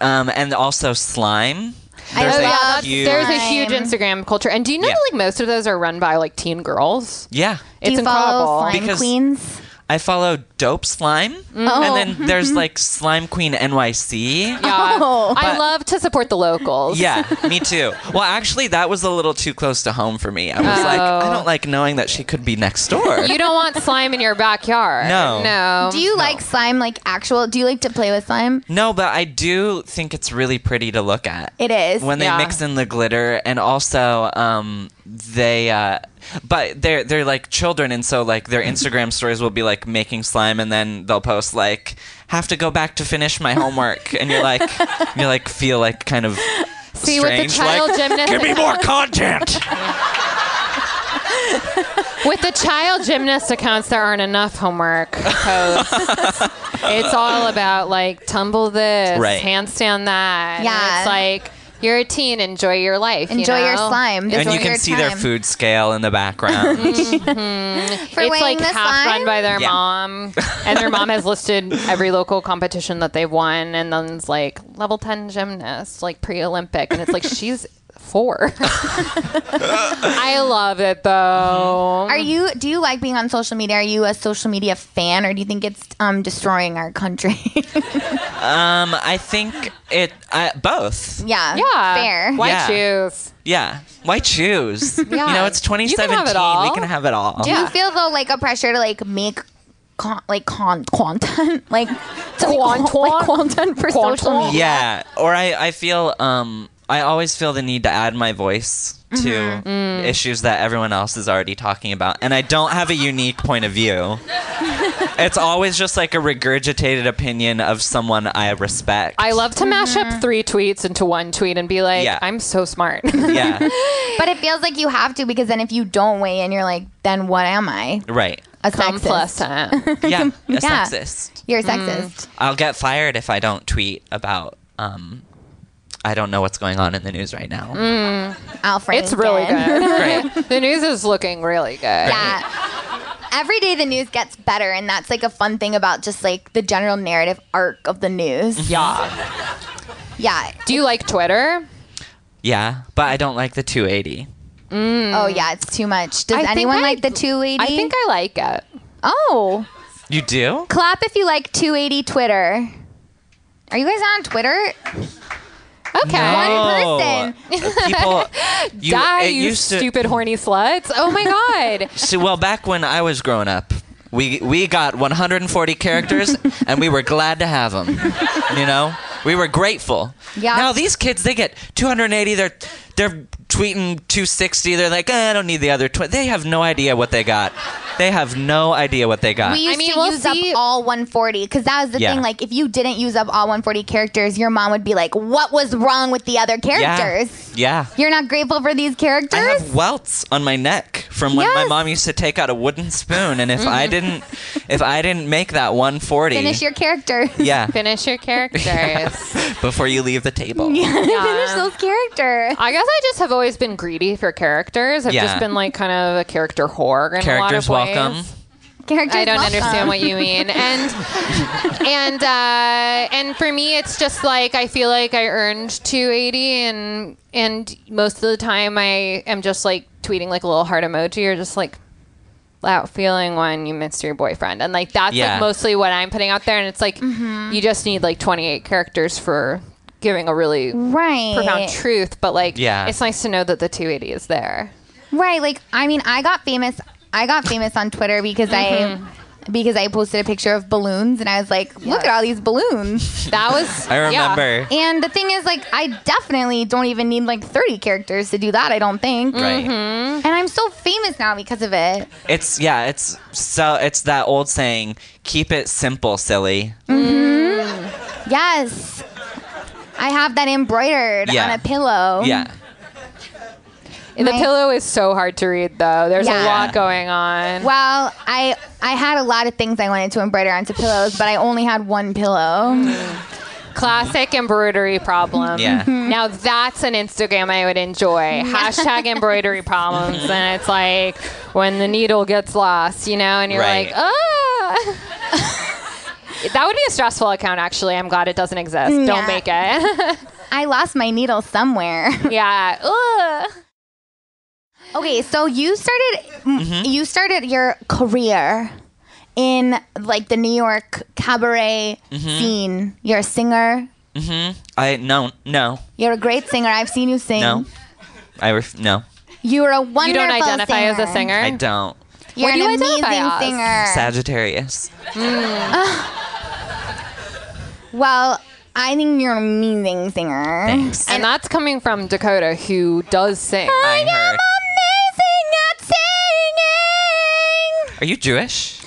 D: um, and also slime. There's
C: Oh,
D: a
C: yeah,
B: that's,
D: huge-
B: there's a huge
C: Time.
B: Instagram culture, and do you know
D: Yeah.
B: that, like most of those are run by like teen girls?
D: yeah.
B: It's
C: Do you
B: incredible.
C: follow slime
D: Because-
C: queens?
D: I follow dope slime,
C: Oh.
D: and then there's like slime queen NYC.
B: Yeah.
C: Oh.
B: I
D: But-
B: love to support the locals.
D: Yeah, me too. Well, actually, that was a little too close to home for me. I was like,
B: Oh.
D: I don't like knowing that she could be next door.
B: You don't want slime in your backyard.
D: No.
B: No.
C: Do you like slime, like actual? Do you like to play with slime?
D: no, but I do think it's really pretty to look at.
C: It is.
D: when they
B: Yeah.
D: mix in the glitter and also um they uh but they're they're like children and so like their instagram stories will be like making slime and then they'll post like have to go back to finish my homework and you're like you like feel like kind of
B: See with the
D: strange,
B: child
D: like,
B: gymnast
D: give me more content
B: with the child gymnast accounts there aren't enough homework posts. it's all about like tumble this,
D: Right.
B: handstand that. And
C: Yeah.
B: it's like you're a teen, enjoy your life. you
C: Enjoy your
B: know?
C: slime. This
D: and
C: is
D: you
C: your
D: can see
C: time.
D: their food scale in the background
C: for
B: it's
C: weighing
B: like
C: the
B: half
C: slime.
B: run by their
D: Yeah.
B: mom, and their mom has listed every local competition that they've won, and then it's like level ten gymnast, like pre-Olympic, and it's like she's four. I love it though.
C: Are you? Do you like being on social media? Are you a social media fan, or do you think it's um, destroying our country?
D: Um, I think it I, both.
C: yeah.
B: yeah.
C: Fair.
B: Why
D: Yeah.
B: choose?
D: Yeah. Why choose? You know, it's
B: You can have it
D: 2017.
B: all.
D: We can have it all.
C: Do you feel though like a pressure to like make con- like con content like to make
B: Quant-
C: con- like content for social
B: Quantum?
C: media?
D: Yeah. Or I, I feel um I always feel the need to add my voice to
B: Mm-hmm. Mm.
D: issues that everyone else is already talking about. And I don't have a unique point of view. it's always just like a regurgitated opinion of someone I respect.
B: I love to mash
C: Mm-hmm.
B: up three tweets into one tweet and be like,
D: Yeah.
B: I'm so smart.
D: Yeah.
C: But it feels like you have to because then if you don't weigh in, you're like, then what am I?
D: Right.
C: A
B: Come
C: sexist.
B: plus Mm. time.
D: Yeah. A
C: Yeah.
D: sexist.
C: You're a sexist.
D: I'll get fired if I don't tweet about um I don't know what's going on in the news right now.
B: Mm.
C: Alfred.
B: It's really good.
D: Right.
B: The news is looking really good.
C: Yeah. Every day the news gets better, and that's like a fun thing about just like the general narrative arc of the news.
B: Yeah.
C: Yeah.
B: Do you like Twitter?
D: Yeah, but I don't like the 280.
C: Oh yeah, it's too much. Does
B: Mm. I think
C: anyone
B: I-
C: like the 280?
B: I think I like it.
C: Oh,
D: You do?
C: clap if you like 280 Twitter. Are you guys not on Twitter?
B: Okay.
D: No. Oh. People, you,
B: Die,
D: it
B: you
D: used to-
B: stupid horny sluts. Oh my god.
D: So, well, back when I was growing up, we we got 140 characters, and we were glad to have them. You know, we were grateful.
C: Yeah.
D: Now these kids, they get 280. They're they're tweeting 260. They're like, eh, I don't need the other. Tw-. They have no idea what they got. They have no idea what they got.
C: We
B: I
C: used
B: mean,
C: to
B: we'll
C: use
B: see-
C: up all 140 because that was the
D: Yeah.
C: thing. Like, if you didn't use up all 140 characters, your mom would be like, "What was wrong with the other
D: yeah.
C: characters?
D: Yeah.
C: You're not grateful for these characters."
D: I have welts on my neck from when my
C: Yes. Mm-hmm.
D: mom used to take out a wooden spoon, and if I didn't, if I didn't make that 140,
C: Finish your characters.
D: yeah,
B: Finish your characters.
D: before you leave the table.
C: Finish those characters.
B: I guess I just have always been greedy for characters. I've
D: Yeah.
B: just been like kind of a character whore in
D: Characters
B: a lot of ways.
D: welcome.
C: Characters.
B: I don't
C: welcome.
B: understand what you mean. And and uh, and for me, it's just like I feel like I earned 280, and and most of the time I am just like tweeting like a little heart emoji or just like that feeling when you missed your boyfriend, and like that's
D: Yeah.
B: like mostly what I'm putting out there. And it's like you just need like 28 characters for giving a really
C: Right.
B: profound truth, but like
D: Yeah.
B: it's nice to know that the 280 is there.
C: Right. Like, I mean, I got famous. I got famous on Twitter because I
D: Mm-hmm.
C: because I posted a picture of balloons and I was like, "Look at all these balloons."
B: That was
D: I
B: yeah.
D: remember.
C: and the thing is, like, I definitely don't even need like 30 characters to do that. I don't think.
D: Right.
C: And I'm so famous now because of it.
D: It's yeah. It's so. It's that old saying: "Keep it simple, silly."
C: Mm-hmm. Yes. I have that embroidered
D: Yeah.
C: on a pillow.
D: Yeah.
B: The
C: My-
B: pillow is so hard to read, though. There's
C: Yeah.
B: a lot going on.
C: Well, I I had a lot of things I wanted to embroider onto pillows, but I only had one
D: Mm.
C: pillow.
B: Classic embroidery problem.
D: Yeah.
C: Mm-hmm.
D: Mhm.
B: Now that's an Instagram I would enjoy. Hashtag embroidery problems, and it's like when the needle gets lost, you know, and you're
D: Right.
B: like, ah. that would be a stressful account. Actually, I'm glad it doesn't exist.
C: Yeah.
B: Don't make it.
C: I lost my needle somewhere.
B: yeah. Ugh.
C: okay, so you started
D: Mm-hmm.
C: you started your career in like the New York cabaret
D: Mm-hmm.
C: scene. You're a singer.
D: I no no
C: You're a great singer. I've seen you sing.
D: no. I ref- no.
C: You're a wonderful
B: You don't identify
C: singer.
B: as a singer.
D: I don't.
C: You're
B: What
C: an
B: do you
C: amazing
B: identify as?
C: singer.
D: Sagittarius.
C: Well, I think you're an amazing singer.
D: Thanks.
B: and that's coming from Dakota, who does sing.
D: I heard.
C: Amazing at singing.
D: Are you Jewish?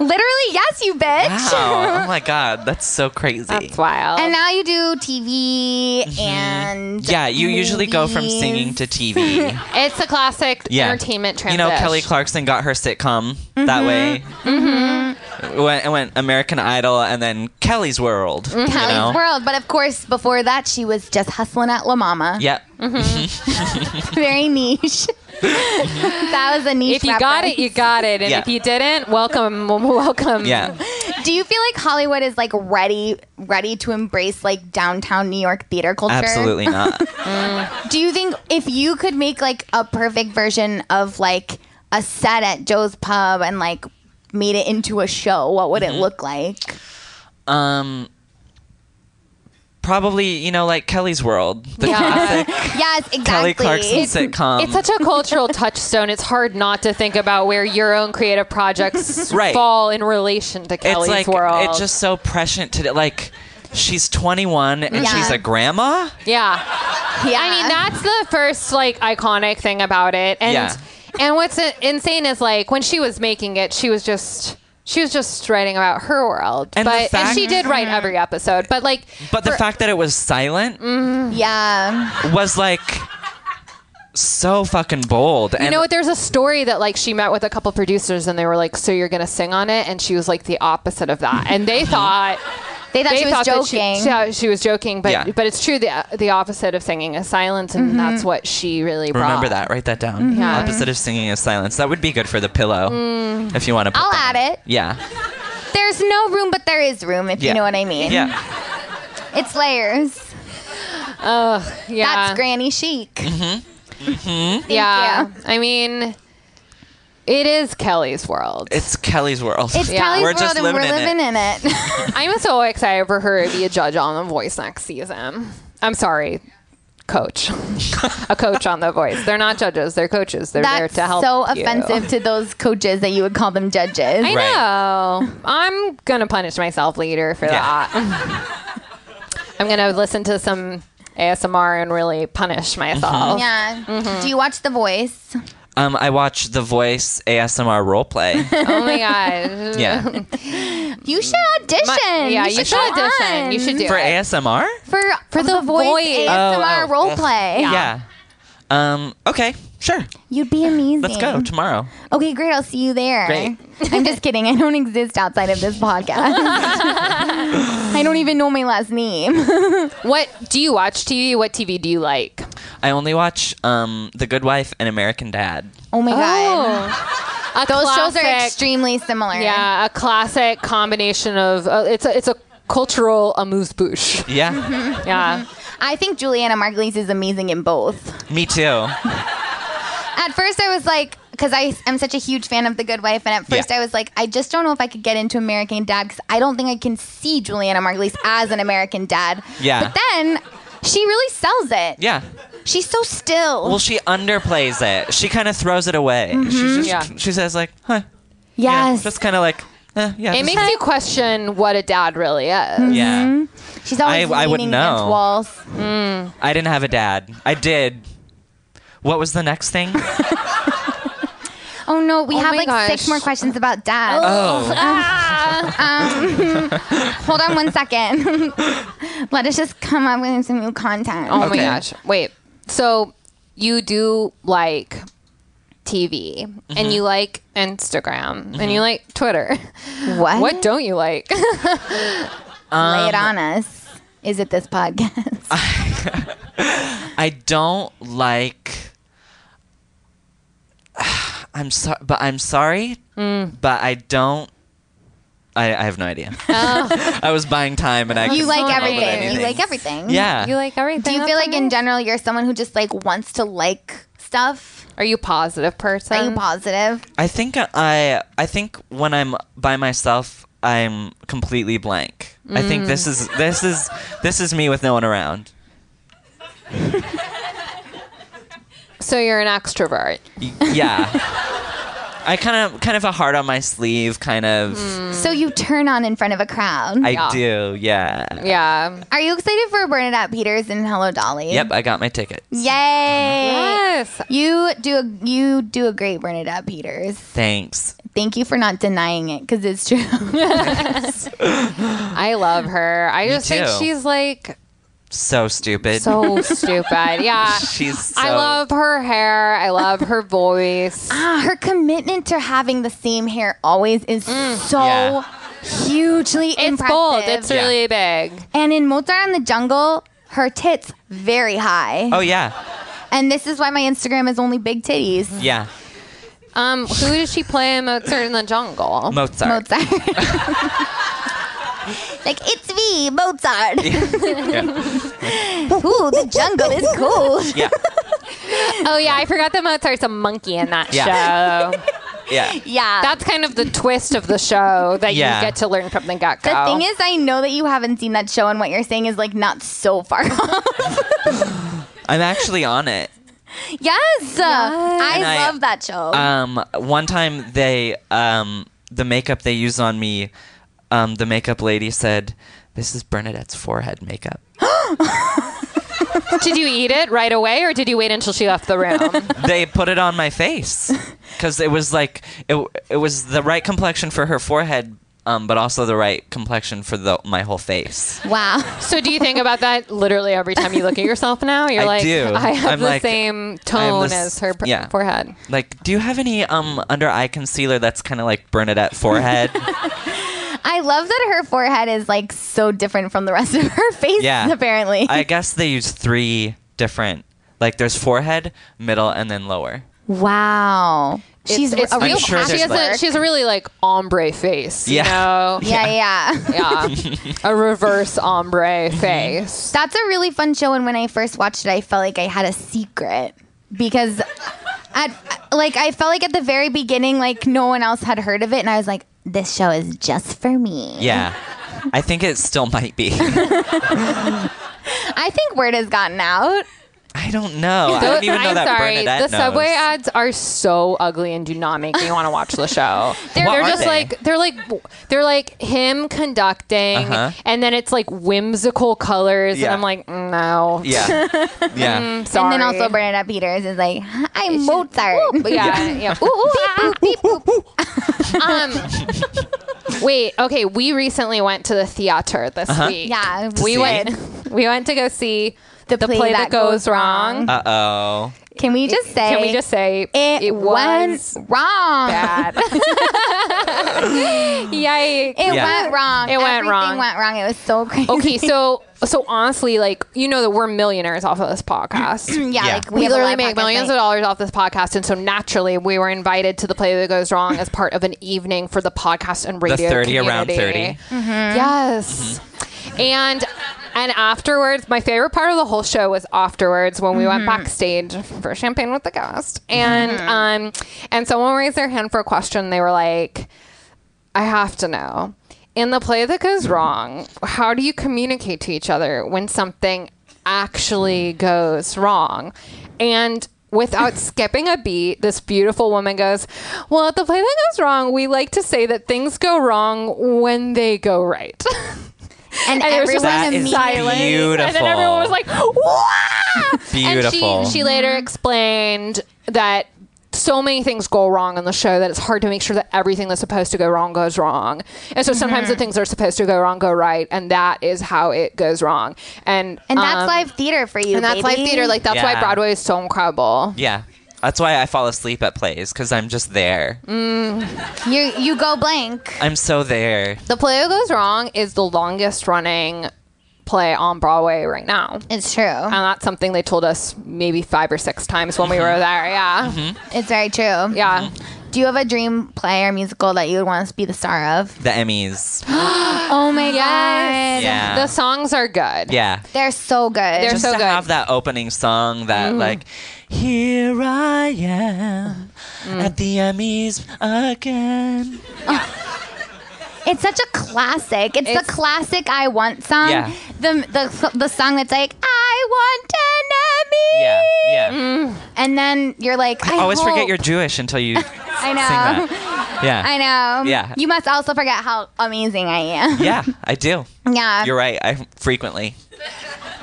C: Literally, yes, you bitch.
D: Wow. Oh my God. That's so crazy.
B: That's wild.
C: And now you do TV and
D: Um, Mhm. yeah, you usually go from
C: movies.
D: singing to TV.
B: It's a classic
D: Yeah.
B: entertainment
D: You
B: transition.
D: know, Kelly Clarkson got her sitcom that way. Mm-hmm. Went, it went American Idol and then Kelly's World. you
C: Kelly's
D: know?
C: World. But of course, before that, she was just hustling at La Mama.
D: Yep.
B: Mm-hmm.
C: Very niche. that was a niche.
B: If you got it, you got it, and
D: Yeah.
B: if you didn't, welcome, welcome.
D: Yeah.
C: Do you feel like Hollywood is like ready, ready to embrace like downtown New York theater culture?
D: Absolutely not.
C: Do you think if you could make like a perfect version of like a set at Joe's Pub and like made it into a show, what would
D: Mm-hmm.
C: it look like?
D: Um, probably you know like Kelly's World, the
B: Yeah.
D: classic
C: Yes,
D: Kelly
C: exactly.
D: Clarkson sitcom.
B: It's such a cultural touchstone. It's hard not to think about where your own creative projects
D: Right.
B: fall in relation to Kelly's
D: it's like
B: world.
D: it's just so prescient to like. She's 21 and
C: Yeah.
D: she's a grandma.
B: yeah.
C: yeah.
B: I mean, that's the first like iconic thing about it. And
D: Yeah.
B: and what's i- insane is like when she was making it, she was just she was just writing about her world.
D: And the
B: but
D: fact- Mm-hmm.
B: and she did write every episode. But like
D: But the
B: for-
D: fact that it was silent
C: yeah.
D: was like so fucking bold.
B: you know what? There's a story that like she met with a couple producers and they were like, "So you're gonna sing on it?" And she was like the opposite of that. And they thought
C: They thought
B: they
C: she was
B: thought that
C: joking.
B: She, thought she was joking, but
D: Yeah.
B: but it's true. The the opposite of singing is silence, and
C: Mm-hmm.
B: that's what she really brought.
D: Remember that. Write that down.
B: Yeah.
D: Opposite of singing is silence. That would be good for the pillow if you want to.
C: I'll add it.
D: Yeah.
C: There's no room, but there is room, if
D: Yeah.
C: you know what I mean.
D: Yeah.
C: It's layers.
B: Yeah,
C: That's granny chic.
B: Yeah,
C: you.
B: I mean, it is Kelly's world.
D: It's Kelly's world.
C: It's
B: Yeah.
C: Kelly's
D: We're
C: world
D: just
C: and
D: living
C: we're
D: in it.
C: living in it.
B: I'm so excited for her to be a judge on The Voice next season. I'm sorry, coach, a coach on The Voice. They're not judges; they're coaches. They're there
C: That's
B: to help.
C: so
B: you.
C: offensive to those coaches that you would call them judges.
B: I
D: Right.
B: know. I'm gonna punish myself later for
D: Yeah.
B: that. I'm gonna listen to some ASMR and really punish
D: Mm-hmm.
B: myself.
C: yeah.
B: Mm-hmm.
C: Do you watch The Voice?
D: Um, I watch The Voice ASMR roleplay.
B: Oh my god.
D: yeah.
C: You should
D: Mm.
C: audition.
B: My- yeah, you should
C: go
B: audition. You
C: on.
B: should do
D: For
B: it.
D: ASMR?
C: for for the,
B: The
C: voice,
B: Voice.
C: ASMR
D: Oh, oh.
C: role play.
D: Yeah. Um, okay. Sure.
C: You'd be amazing.
D: Let's go tomorrow.
C: Okay, great. I'll see you there.
D: Great.
C: I'm just kidding. I don't exist outside of this podcast. I don't even know my last name.
B: What do you watch TV? What TV do you like?
D: I only watch um, The Good Wife and American Dad.
C: Oh my god.
B: A
C: Those shows are
B: classic-
C: extremely similar.
B: Yeah, a classic combination of uh, it's a it's a cultural amuse bouche.
D: Yeah.
B: Yeah,
C: I think Juliana Margulies is amazing in both.
D: Me too.
C: At first, I was like, because I am such a huge fan of The Good Wife, and at first
D: Yeah.
C: I was like, I just don't know if I could get into American Dad because I don't think I can see Juliana Margulies as an American Dad.
D: Yeah.
C: But then she really sells it.
D: Yeah.
C: She's so still.
D: Well, she underplays it. She kind of throws it away. She's Mm-hmm. just,
B: Yeah.
D: She says like, huh. Yeah,
C: yes.
D: just kind of like, eh, yeah.
B: it
D: this-
B: makes you question what a dad really is.
D: yeah.
C: She's always
D: I- I would
C: leaning against
D: know.
C: walls.
D: I didn't have a dad. I did. What was the next thing?
C: Oh no, we
B: Oh
C: have
B: my
C: like six
B: gosh.
C: more questions about dad.
D: Oh,
C: Hold on one second. Let us just come up with some new content.
B: Oh
D: Okay.
B: my gosh! Wait, so you do like TV
D: Mm-hmm.
B: and you like Instagram and you like Twitter.
C: what?
B: What don't you like?
C: Lay it
D: Um,
C: on us. Is it this podcast?
D: I don't like. I'm sorry, but I'm sorry,
C: Mm.
D: but I don't. I, I have no idea.
B: Oh,
D: I was buying time, and I
C: you
D: couldn't come
C: like
D: up with
C: everything. You
D: anything.
C: like everything.
D: Yeah.
B: you like everything.
C: Do you
B: That's
C: feel like in
B: amazing.
C: general you're someone who just like wants to like stuff?
B: Are you a positive person?
C: Are you positive?
D: I think I I think when I'm by myself, I'm completely blank. I think this is
B: Mm.
D: this is this is me with no one around.
B: so you're an extrovert.
D: Y- Yeah. I kind of kind of a heart on my sleeve kind of
C: So you turn on in front of a crowd.
D: mm.
B: Mm,
D: I
B: Yeah.
D: do. Yeah.
B: Yeah.
C: Are you excited for Burn It Out Peters and Hello Dolly?
D: Yep, I got my ticket.
C: Yay!
B: Yes.
C: You do a, you do a great Burn It Out Peters.
D: Thanks.
C: Thank you for not denying it because it's true.
B: I love her. I just think
D: too.
B: she's like
D: So stupid.
B: so stupid. Yeah.
D: She's so
B: I love her hair. I love her voice.
C: Ah, her commitment to having the same hair always is so
D: Mm. Yeah.
C: hugely
B: It's
C: impressive.
B: bold. It's really big.
C: and in Mozart in the Jungle, her tits very high.
D: Oh yeah.
C: And this is why my Instagram is only big titties.
D: Yeah.
B: Um, who does she play in Mozart in the Jungle?
D: Mozart.
C: Mozart. Like, it's me, Mozart.
D: yeah.
C: Ooh, the jungle is cool.
D: Yeah.
B: Oh yeah, I forgot that Mozart's a monkey in that
D: Yeah.
B: show.
D: Yeah.
C: Yeah.
B: That's kind of the twist of the show that
D: Yeah.
B: you get to learn from the get go.
C: the thing is, I know that you haven't seen that show, and what you're saying is like not so far off.
D: I'm actually on it.
C: yes, I
D: And I-
C: love that show.
D: Um, one time they, um, the makeup they used on me, um, the makeup lady said, "This is Bernadette's forehead makeup."
B: did you eat it right away, or did you wait until she left the room?
D: they put it on my face because it was like it, it was the right complexion for her forehead um, but also the right complexion for the my whole face
C: wow.
B: so do you think about that literally every time you look at yourself now? You're
D: I
B: like,
D: do.
B: I have
D: I'm
B: the
D: like,
B: same tone
D: the s-
B: as her pr-
D: yeah.
B: forehead.
D: like do you have any um under eye concealer that's kind of like bernadette forehead
C: I love that her forehead is like so different from the rest of her face.
D: Yeah.
C: Apparently.
D: i guess they use three different like there's forehead middle and then lower
C: wow. She's
B: It's- it's
C: a real
D: I'm sure
B: she
D: there's
B: has a
D: like-
B: she has a really like ombre face.
D: Yeah.
B: You know?
C: yeah, yeah.
B: yeah. a reverse ombre face.
C: That's a really fun show. And when I first watched it, I felt like I had a secret because, at, like, I felt like at the very beginning, like no one else had heard of it, and I was like, "This show is just for me."
D: yeah i think it still might be
C: I think word has gotten out.
D: i don't know i don't even know
B: I'm
D: that
B: sorry. the
D: bernadette knows.
B: subway ads are so ugly and do not make me want to watch the show. they're
D: What
B: they're
D: are
B: just
D: they?
B: like they're like they're like him conducting,
D: Uh-huh.
B: and then it's like whimsical colors,
D: Yeah.
B: and I'm like, no,
D: yeah yeah
B: I'm sorry.
C: And then also Bernadette Peters is like, "I'm Mozart."
B: yeah, yeah. Ooh, ooh, ah, um, wait. Okay, we recently went to the theater this week.
C: Yeah,
B: we
D: see?
B: went. We went to go see the,
C: Play That Goes Wrong.
D: uh-oh
C: Can we just say?
B: Can we just say
C: It, went wrong.
B: bad? Yikes.
C: It
D: Yeah.
C: went wrong.
B: It went
C: Everything
B: wrong.
C: went wrong. It was so crazy.
B: okay, so so honestly, like you know that we're millionaires off of this podcast.
C: Yeah,
D: Yeah.
C: like we,
B: We
C: have a
B: literally
C: live
B: make
C: podcast
B: millions
C: night.
B: of dollars off this podcast, and so naturally, we were invited to the play that goes wrong as part of an evening for the podcast and radio.
D: 30 around
B: community. Mm-hmm. Yes, and and afterwards, my favorite part of the whole show was afterwards when we went backstage for champagne with the guest, and um, and someone raised their hand for a question. They were like. I have to know. In the play that goes wrong, how do you communicate to each other when something actually goes wrong? And without skipping a beat, this beautiful woman goes, Well, at the play that goes wrong, we like to say that things go wrong when they go right. And
C: and,
B: it was
C: everyone
B: just like
D: That is
C: immediately.
D: beautiful.
B: And then everyone was like, "Wow!"
D: Beautiful.
B: And she, she later explained that so many things go wrong on the show that it's hard to make sure that everything that's supposed to go wrong goes wrong. And so sometimes
C: Mhm.
B: the things that are supposed to go wrong go right, and that is how it goes wrong. And
C: And that's
B: um,
C: live theater for you.
B: and that's live
C: baby.
B: theater. Like that's why
D: Yeah.
B: Broadway is so incredible.
D: yeah that's why i fall asleep at plays because i'm just there
B: Mm.
C: you you go blank.
D: I'm so there.
B: The play that goes wrong is the longest running play on Broadway right now.
C: It's true.
B: And that's something they told us maybe five or six times when we
D: Mm-hmm.
B: were there. Yeah.
C: it's very true. Yeah.
B: Yeah.
C: Do you have a dream play or musical that you would want us to be the star of?
D: The Emmys.
C: Oh my god.
D: Yeah.
B: The songs are good.
D: yeah.
C: They're so good.
B: They're
D: Just
B: so
D: to
B: good. Mm-hmm.
D: have that opening song that like here I am
B: Mm.
D: at the Emmys again.
C: it's such a classic. It's,
B: It's-
C: the classic I want song.
D: Yeah.
C: The, the the song that's like I want an Emmy.
D: Yeah. Yeah.
B: Mm-hmm.
C: And then you're like I,
D: Always forget
C: hope-
D: you're Jewish until you sing
C: I
B: Uh-huh.
C: know.
D: that. Yeah.
C: I know.
D: Yeah.
C: You must also forget how amazing I am.
D: Yeah, I do.
C: Yeah.
D: You're right. I frequently.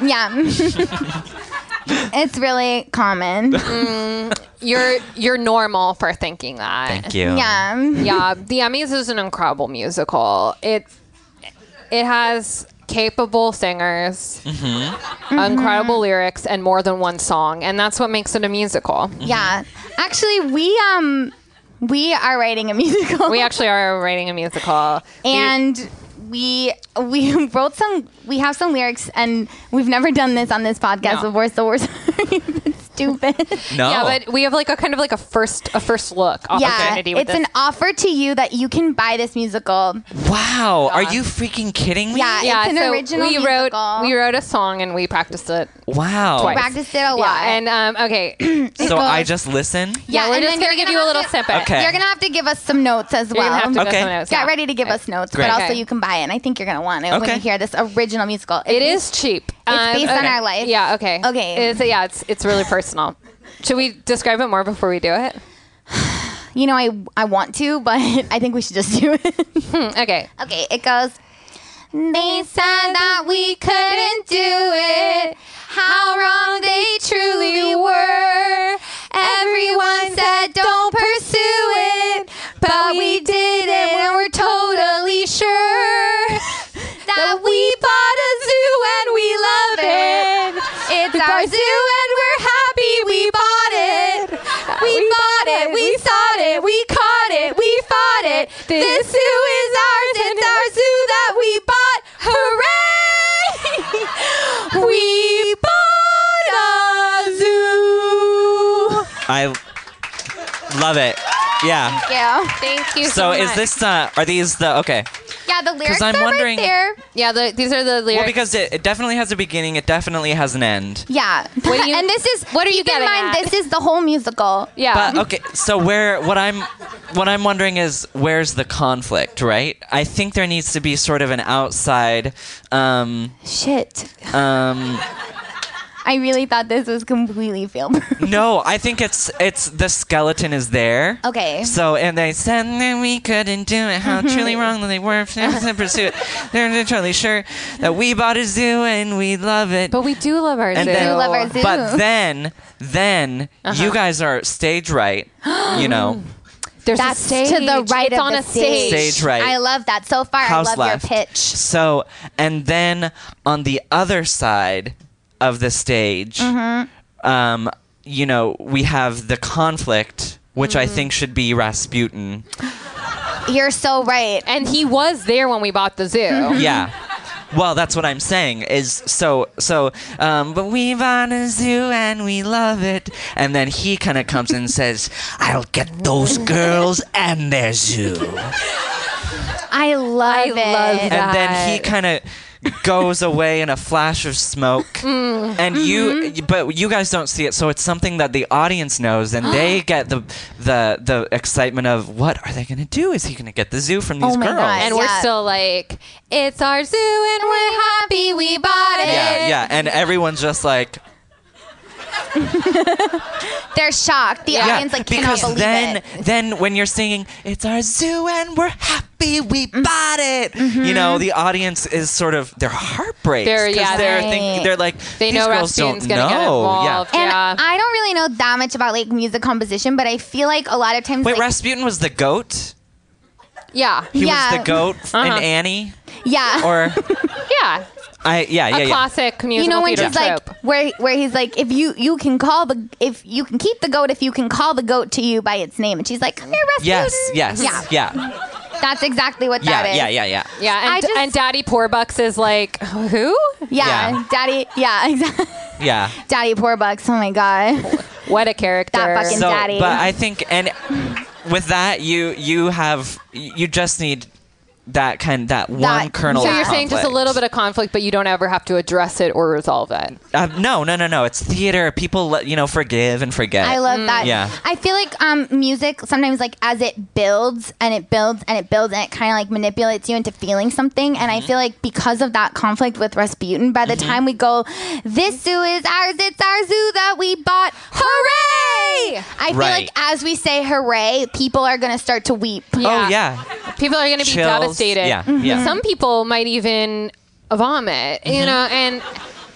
C: Yeah. it's really common.
B: You're you're normal for thinking that.
D: Thank you.
C: Yeah.
B: Yeah, The Emmys is an incredible musical. It it has capable singers,
C: Mm-hmm.
B: incredible lyrics, and more than one song, and that's what makes it a musical.
C: Yeah. Actually, we um we are writing a musical.
B: We actually are writing a musical.
C: and we we wrote some we have some lyrics and we've never done this on this podcast
B: No.
C: before so we're sorry stupid.
D: No.
B: Yeah,
C: Oh.
B: but we have like a kind of like a first a first look opportunity Oh, with
C: it's an
B: this.
C: offer to you that you can buy this musical.
D: wow, are you freaking kidding me?
C: Yeah,
B: Uh, yeah,
C: it's an
B: so
C: original
B: we wrote
C: musical.
B: we wrote a song and we practiced it.
D: Wow.
B: Twice.
C: Practiced it a lot.
B: Yeah, and um, okay, yeah,
D: So I just listen.
C: Yeah,
B: we're
C: and
B: just
C: then
B: gonna
C: you're
B: give you a little
C: have to-
B: snippet.
D: Okay.
C: You're gonna have to give us some notes as
B: You're
C: well.
B: gonna have to
D: Okay.
B: go somewhere else.
C: Get
B: Yeah.
C: ready to give us notes,
D: Great.
C: but also
B: Okay.
C: you can buy it. And I think you're gonna want it when
D: Okay.
C: you hear this original musical.
B: It is cheap. It's
C: based on our life.
B: Yeah. Okay.
C: Okay.
B: It's, yeah. It's it's really personal. Should we describe it more before we do it?
C: You know, I I want to, but I think we should just do it.
B: Hmm, Okay.
C: Okay, it goes. They said that we couldn't do it. How wrong they truly were. Everyone said don't pursue it, but we did it when we're totally sure that we bought a zoo and we love it. It's our zoo and we're happy we bought it. We bought it, we sought it, we caught it, we fought it. This zoo is ours, it's our zoo that we bought. Hooray! we bought a zoo.
D: I love it. Yeah.
C: Yeah.
B: Thank you.
D: So
B: So,
D: is
B: much.
D: this uh are these the okay.
C: Yeah, the lyrics
D: I'm
C: are
D: wondering-
C: right there.
B: Yeah. The, these are the lyrics.
D: Well because it, it definitely has a beginning, it definitely has an end.
C: Yeah.
B: What do you-
C: and this is
B: what are you
C: keep in
B: getting
C: mind,
B: at?
C: This is the whole musical.
B: yeah.
D: But okay, so where what I'm what I'm wondering is where's the conflict, right? I think there needs to be sort of an outside um
C: Shit.
D: um
C: I really thought this was completely failed.
D: No, I think it's it's the skeleton is there.
C: Okay. Mm-hmm.
D: So and they said that we couldn't do it. How truly wrong that they were in pursuit. They're totally sure that we bought a zoo and we love it.
B: But we do love our
D: and
B: zoo.
D: then,
C: love our zoo. Uh-huh.
D: but then then you guys are stage right. You know,
B: There's
C: That's
B: a stage.
C: to the right
B: It's
C: of
B: on
C: the
B: a stage.
D: stage right.
C: I love that. So far, I
D: house
C: love
D: left.
C: your pitch.
D: So and then on the other side of the stage,
C: Mm-hmm.
D: um, you know, we have the conflict, which
C: Mm-hmm.
D: I think should be Rasputin.
C: You're so right.
B: And he was there when we bought the zoo.
D: yeah. Well, that's what I'm saying. Is so so. Um, but we run a zoo and we love it. And then he kind of comes and says, "I'll get those girls and their zoo."
C: I love
B: I
C: it.
B: love that.
D: And then he kind of goes away in a flash of smoke.
C: Mm.
D: And
C: Mm-hmm.
D: you, but you guys don't see it, so it's something that the audience knows, and they get the the the excitement of what are they going to do? Is he going to get the zoo from these
C: Oh my
D: girls?
C: God.
B: And we're
C: Yeah.
B: still like, it's our zoo, and we're happy we bought it.
D: yeah, yeah. And everyone's just like.
C: They're shocked. The audience like cannot
D: because
C: believe
D: then,
C: it.
D: then when you're singing, it's our zoo and we're happy we
B: Mm-hmm.
D: bought it. You know, the audience is sort of their heart breaks
B: They're-
D: 'cause
B: yeah,
D: they're
B: they-
D: thinking they're like
B: they
D: these
B: know
D: girls
B: Rasputin's
D: don't
B: gonna get
D: know.
B: involved.
D: Yeah.
C: And
B: Yeah.
C: I don't really know that much about like music composition, but I feel like a lot of times,
D: Wait,
C: like,
D: Rasputin was the goat.
B: Yeah.
D: He
C: Yeah.
D: was the goat in
B: Uh-huh.
D: Annie,
C: yeah,
D: or
B: Yeah.
D: I yeah yeah
B: A
D: yeah.
B: classic musical
C: you know when
B: theater
C: he's like
B: trope.
C: where where he's like, if you you can call the if you can keep the goat if you can call the goat to you by its name, and she's like, "Come here, Rasputin."
D: Yes, yes,
C: yeah,
D: yeah, yeah,
C: that's exactly what
D: yeah,
C: that is.
D: yeah, yeah, yeah.
B: yeah,
C: I
B: and,
C: just-
B: and Daddy Poorbucks is like, who?
C: yeah,
D: Yeah.
C: daddy, yeah, exactly.
D: yeah.
C: Daddy poor bucks. Oh my god.
B: What a character.
C: That fucking-
D: So,
C: daddy.
D: but I think, and with that, you you have you just need that kind that, one kernel.
B: so
D: of
B: you're saying just a
D: conflict.
B: little bit of conflict, but you don't ever have to address it or resolve it.
D: Uh, no, no, no, no. It's theater. People, let- you know, forgive and forget.
C: I love that.
D: yeah.
C: I feel like um, music sometimes like as it builds and it builds and it builds and it kind of like manipulates you into feeling something. And
D: Mm-hmm.
C: I feel like because of that conflict with Rasputin, by the time we go, this zoo is ours. It's our zoo that we bought. Hooray! I feel
D: Right.
C: like as we say hooray, people are gonna start to weep.
D: Oh yeah,
B: People are going to be
D: Chills.
B: devastated. Mm-hmm.
D: Yeah, yeah. Mm-hmm.
B: Some people might even vomit, you know, and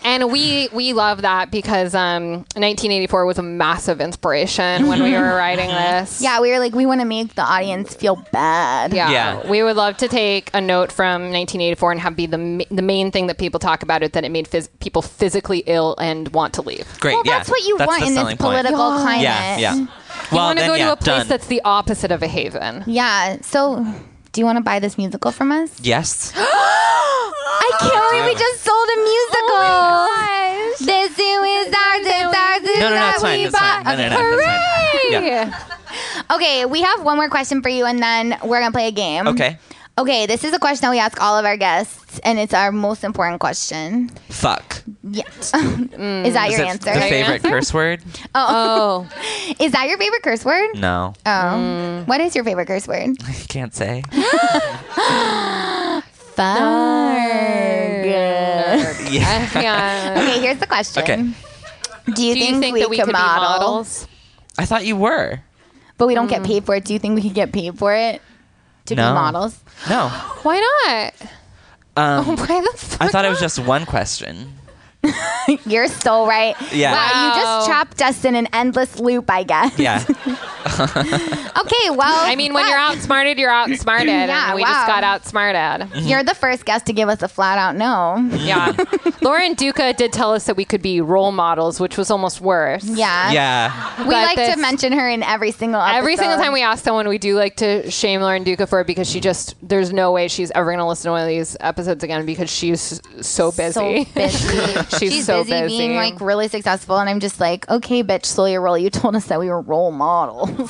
B: and we we love that because um, 1984 was a massive inspiration when we were writing this.
C: Mm-hmm. Yeah, we were like, we want to make the audience feel bad.
B: Yeah.
D: Yeah.
B: we would love to take a note from 1984 and have be the ma- the main thing that people talk about it that it made phys- people physically ill and want to leave.
D: great.
C: Well,
D: yeah,
C: that's what you
D: that's
C: want
D: the
C: in this
D: selling point.
C: political climate.
D: Yeah, yeah. well,
B: you want to
D: then,
B: go
D: yeah,
B: to a place
D: done.
B: that's the opposite of a haven.
C: Yeah. So, do you want to buy this musical from us?
D: yes.
C: I
B: Oh
C: can't believe we just sold a musical. This zoo is ours, it's ours, it's
D: No, no, no,
C: that
D: it's fine.
C: we
D: It's fine.
C: bought.
D: No, no, no, it's fine. Yeah.
C: Okay, we have one more question for you, and then we're gonna play a game.
D: Okay.
C: Okay, this is a question that we ask all of our guests, and it's our most important question.
D: Fuck.
C: Yeah.
B: Hmm.
C: is that
D: Is
C: your
D: it
C: answer?
D: the
B: Your
D: favorite
B: answer?
D: curse word?
B: Oh,
C: is that your favorite curse word?
D: No,
C: Oh.
B: Hmm.
C: What is your favorite curse word?
D: I can't say. Yeah.
B: yeah.
C: Okay, here's the question.
D: Okay.
C: Do you,
B: Do
C: think,
B: you think
C: we,
B: that we
C: could,
B: could be
C: model,
B: models? Hmm.
D: I thought you were.
C: But we don't get paid for it. Do you think we could get paid for it? To
D: No.
C: be models?
D: No.
B: Why not?
C: Oh
D: Um,
B: Why the fuck?
D: I thought it
B: not?
D: was just one question.
C: You're so right.
D: Yeah.
C: Wow, you just
B: Wow.
C: trapped us in an endless loop, I guess.
D: Yeah.
C: Okay, well.
B: I mean, when you're outsmarted, you're outsmarted,
C: Yeah,
B: and we just
C: wow.
B: got outsmarted.
C: You're the first guest to give us a flat out no.
B: Yeah, Lauren Duca did tell us that we could be role models, which was almost worse.
C: Yeah.
D: Yeah.
C: We
B: But
C: like to
B: that's-
C: mention her in every single episode.
B: Every single time we ask someone, we do like to shame Lauren Duca for it because she just there's no way she's ever gonna listen to one of these episodes again because she's so busy.
C: So busy.
B: She's so busy.
C: being like really successful, and I'm just like, okay, bitch, slow your roll. You told us that we were role models.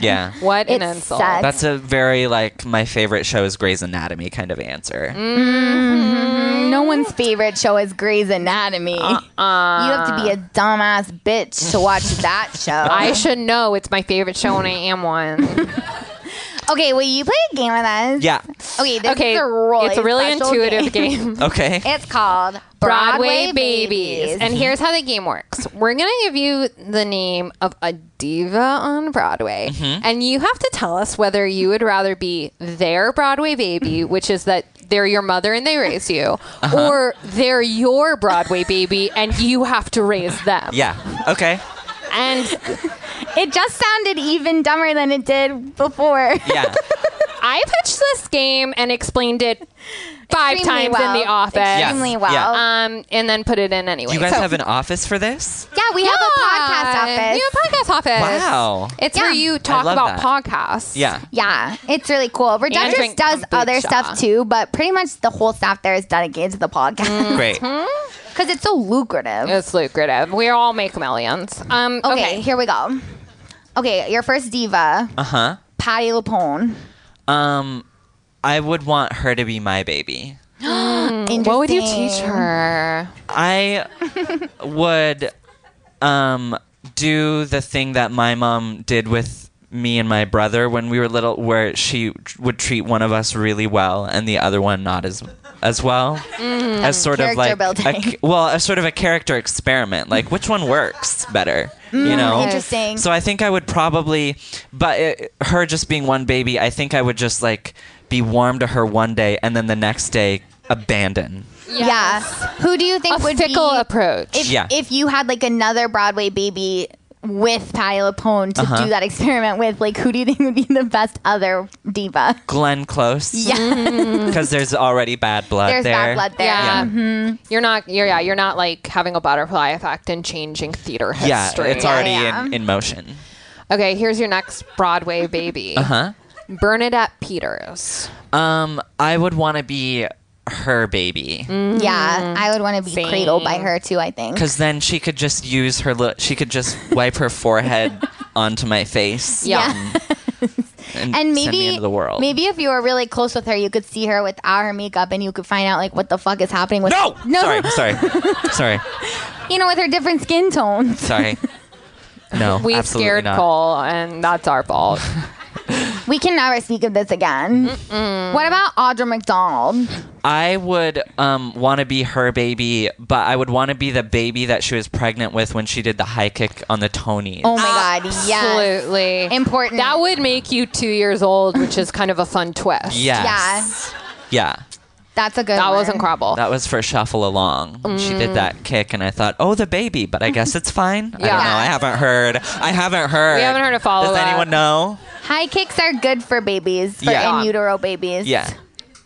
D: Yeah.
B: what an
C: It
B: insult!
C: sucks.
D: That's a very like my favorite show is Grey's Anatomy kind of answer.
C: Mm. no one's favorite show is Grey's Anatomy.
B: Uh-uh.
C: You have to be a dumbass bitch to watch that show.
B: I should know it's my favorite show and I am one.
C: okay, will you play a game with us?
D: Yeah.
C: Okay, this
B: Okay,
C: is a really
B: it's a really
C: special
B: intuitive
C: game.
B: game.
D: Okay.
C: It's called
B: Broadway Babies. And here's how the game works we're going to give you the name of a diva on Broadway. And you have to tell us whether you would rather be their Broadway baby, which is that they're your mother and they raise you, or they're your Broadway baby and you have to raise them.
D: Yeah. Okay.
B: And
C: it just sounded even dumber than it did before.
D: Yeah.
B: I pitched this game and explained it five
C: Extremely
B: times
C: well.
B: in the office.
C: Extremely
D: Yeah.
C: well.
D: Yeah.
B: Um, and then put it in anyway.
D: You guys
B: So-
D: have an office for this?
C: Yeah, we have a podcast office.
B: You have a podcast office.
D: Wow.
B: It's
C: Yeah.
B: where you talk
D: love
B: about
D: that.
B: podcasts.
D: Yeah.
C: Yeah, it's really cool. Reductress
B: drink
C: does other
B: kombucha.
C: stuff too, but pretty much the whole staff there is dedicated to the
B: Mm.
C: podcast
D: Great.
C: because it's so lucrative.
B: It's lucrative. We all make millions. Um,
C: okay,
B: okay.
C: here we go. Okay, your first diva,
D: Uh huh.
C: Patty LuPone.
D: Um, I would want her to be my baby.
B: What would you teach her?
D: I would um do the thing that my mom did with me and my brother when we were little where she tr- would treat one of us really well and the other one not as as well as sort
C: Character
D: of like
C: building.
D: A, c- well as sort of a character experiment like which one works better you know
C: Interesting.
D: so I think I would probably, but it, her just being one baby, I think I would just like be warm to her one day and then the next day abandon.
C: Yeah. Who do you think
B: A
C: would
B: fickle
C: be
B: approach.
C: if,
D: Yeah.
C: if you had like another Broadway baby with Patty LuPone to
D: Uh-huh.
C: do that experiment with? Like, who do you think would be the best other diva?
D: Glenn Close.
C: Yeah,
D: Because there's already bad blood
C: there's
D: there.
C: bad blood there.
B: Mm-hmm. yeah.
C: Mm-hmm.
B: You're not. You're yeah. You're not like having a butterfly effect and changing theater history.
D: Yeah, it's already
C: Yeah.
D: In, in motion.
B: okay. Here's your next Broadway baby. Uh
D: Huh?
B: Bernadette Peters.
D: Um, I would want to be her baby
C: Mm. Yeah, I would want to be
B: Mm-hmm. Same.
C: cradled by her too. I think.
D: because then she could just use her. Li- she could just wipe her forehead onto my face.
B: Yeah.
D: and,
C: And
D: send me
C: maybe,
D: into the world.
C: maybe if you were really close with her, you could see her without her makeup, and you could find out like what the fuck is happening with.
D: No!
C: no,
D: Sorry, sorry, sorry,
C: you know, with her different skin tones.
D: sorry. No,
B: We
D: absolutely
B: scared
D: not.
B: Cole, and that's our fault.
C: We can never speak of this again. What about Audra McDonald?
D: I would um, want to be her baby, but I would want to be the baby that she was pregnant with when she did the high kick on the Tonys.
C: Oh my
B: Ah,
C: god, yes,
B: Absolutely
C: Important.
B: That would make you two years old, which is kind of a fun twist.
D: Yes. Yeah. Yeah.
C: that's a good.
B: That
C: one.
B: wasn't Crabble.
D: That was for Shuffle Along. She did that kick, and I thought, oh, the baby, but I guess it's fine. I
B: Mm. Yeah.
D: don't know. I haven't heard. I haven't heard.
B: We haven't heard a follow-up.
D: Does anyone know?
C: High kicks are good for babies, for
D: Yeah.
C: in utero babies.
D: Yeah.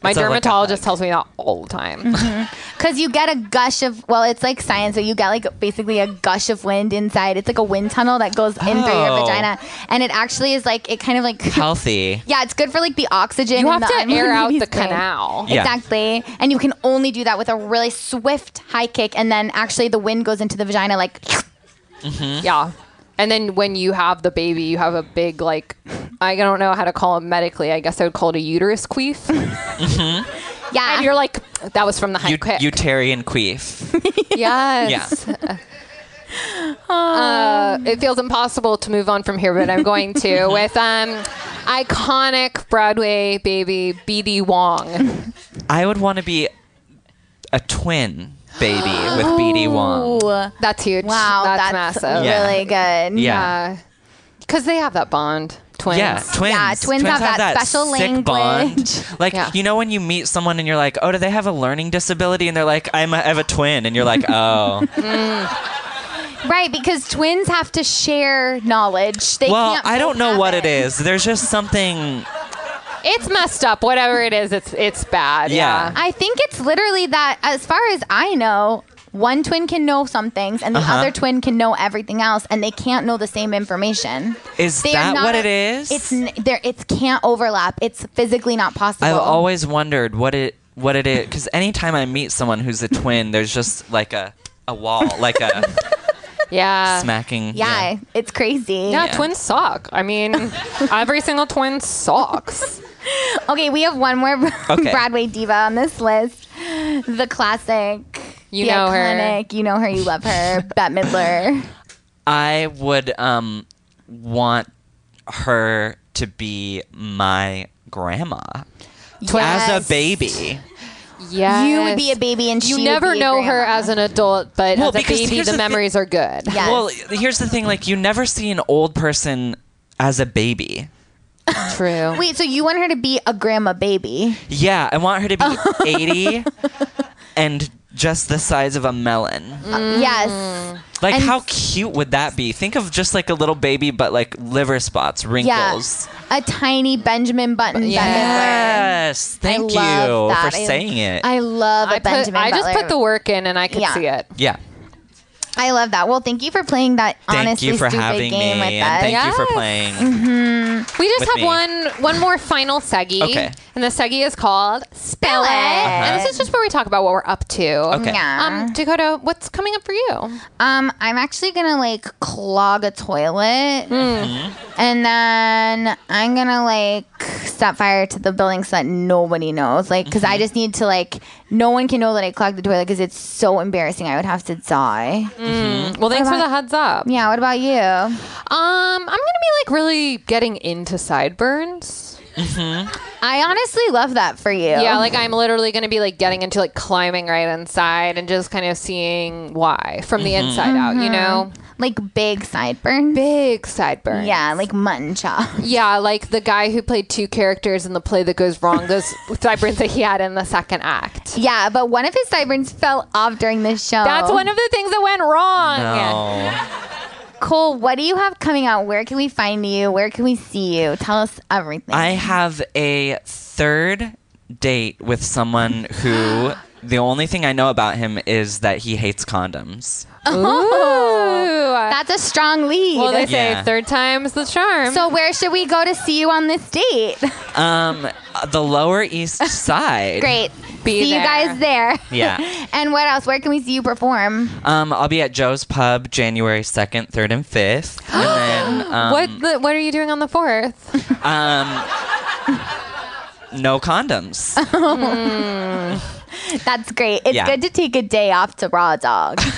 B: My
D: It's a- like a
B: dermatologist
D: hug.
B: tells me that all the time.
C: Because you get a gush of, well, it's like science, but you get like basically a gush of wind inside. It's like a wind tunnel that goes in through your
D: Oh.
C: vagina. And it actually is like, it kind of like.
D: Healthy.
C: Yeah, it's good for like the oxygen.
B: You
C: in
B: have
C: the
B: to air
C: unborn
B: out
C: baby's
B: the
C: brain.
B: canal.
D: Yeah.
C: Exactly. And you can only do that with a really swift high kick. And then actually the wind goes into the vagina like.
B: Yeah. And then when you have the baby, you have a big like I don't know how to call it medically. I guess I would call it a uterus queef.
C: Yeah.
B: And you're like, that was from the high
D: You,
B: quick.
D: you Terry and Queef.
B: yes. Uh, it feels impossible to move on from here, but I'm going to with um, iconic Broadway baby BD Wong.
D: I would want to be a twin baby with BD Wong.
C: Ooh.
B: That's huge.
C: Wow,
B: that's,
C: that's,
B: massive.
D: Yeah.
C: really good.
D: Yeah.
B: Because they have that bond. Twins.
D: Yeah, twins.
C: Yeah, twins have that special
D: sick Bond.
C: language.
D: Like
B: Yeah.
D: you know when you meet someone and you're like, oh, do they have a learning disability? And they're like, I'm a, I have a twin, and you're like, oh.
C: Right, because twins have to share knowledge. They
D: well,
C: can't
D: I don't
C: both
D: know
C: have
D: what it is. There's just something.
B: It's messed up. Whatever it is, it's it's bad.
D: Yeah.
B: Yeah.
C: I think it's literally that, as far as I know, one twin can know some things and the
D: Uh-huh.
C: other twin can know everything else, and they can't know the same information.
D: Is
C: They are
D: that
C: not-
D: what it is?
C: It's n- there. It can't overlap. It's physically not possible.
D: I've always wondered what it what it is because anytime I meet someone who's a twin, there's just like a a wall, like a
B: Yeah.
D: smacking.
C: Uh, yeah, it's crazy.
B: Yeah,
D: Yeah.
B: twins suck. I mean, every single twin sucks.
C: Okay, we have one more
D: Okay.
C: Broadway diva on this list. The classic.
B: You
C: the
B: know her.
C: iconic, You know her. You love her. Bette Midler.
D: I would um want her to be my grandma as
C: Yes.
D: a baby.
B: Yeah.
C: You would be a baby, and
B: You
C: she
B: never
C: would be a
B: know her
C: grandma.
B: as an adult, but
D: Well,
B: as a
D: because
B: baby,
D: here's
B: the,
D: the thing-
B: memories are good.
C: Yes.
D: Well, here's the thing: like you never see an old person as a baby.
B: True.
C: Wait, so you want her to be a grandma baby?
D: Yeah, I want her to be 80 and just the size of a melon.
B: Mm.
C: Yes.
D: Like,
C: Mm. And-
D: how cute would that be? Think of just like a little baby, but like liver spots, wrinkles.
C: Yeah. A tiny Benjamin Button. Bette Midler.
D: Yes, thank you
C: love that.
D: for
C: I-
D: saying it.
C: I love a
B: I, put-
C: Benjamin.
B: I just
C: Butler.
B: put the work in and I could
C: Yeah.
B: see it.
D: yeah,
C: I love that. Well, thank you for playing that
D: thank
C: honestly
D: you for
C: stupid
D: having me,
C: game with
D: and
C: us.
D: thank you
B: Yes.
D: for playing.
B: We just
D: With
B: have
D: me.
B: one one more final seggy.
D: Okay.
B: And the seggy is called Spill It.
C: Spill It.
B: And this is just where we talk about what we're up to.
D: Okay.
C: Yeah.
B: Um, Dakota, what's coming up for you?
C: Um, I'm actually gonna like clog a toilet,
B: Hmm.
D: Mm-hmm.
C: and then I'm gonna like set fire to the building so that nobody knows. Like, because
D: Mm-hmm.
C: I just need to like no one can know that I clogged the toilet because it's so embarrassing. I would have to die.
B: Mm. Well, thanks for
C: about-
B: the heads up.
C: Yeah. What about you?
B: Um, I'm gonna be like really getting into sideburns.
C: I honestly love that for you.
B: Yeah, like I'm literally gonna be like getting into like climbing right inside and just kind of seeing why from the inside out,
C: Mm-hmm.
B: you know?
C: like big sideburns.
B: Big sideburns.
C: Yeah, like mutton chop.
B: Yeah, like the guy who played two characters in the play that goes wrong, those sideburns that he had in the second act.
C: Yeah, but one of his sideburns fell off during the show.
B: That's one of the things that went wrong.
D: No.
C: Cole, what do you have coming out? Where can we find you? Where can we see you? Tell us everything.
D: I have a third date with someone who the only thing I know about him is that he hates condoms.
B: Ooh.
C: That's a strong lead.
B: well, they say
D: Yeah.
B: third time's the charm.
C: so where should we go to see you on this date?
D: Um, uh, the Lower East Side.
C: Great.
B: Be
C: see
B: there.
C: you guys there.
D: Yeah.
C: and what else? Where can we see you perform?
D: Um, I'll be at Joe's Pub January 2nd, 3rd, and 5th. And then, um,
B: what the, what are you doing on the fourth?
D: Um, no condoms.
C: That's great. It's
D: Yeah.
C: good to take a day off to raw dog.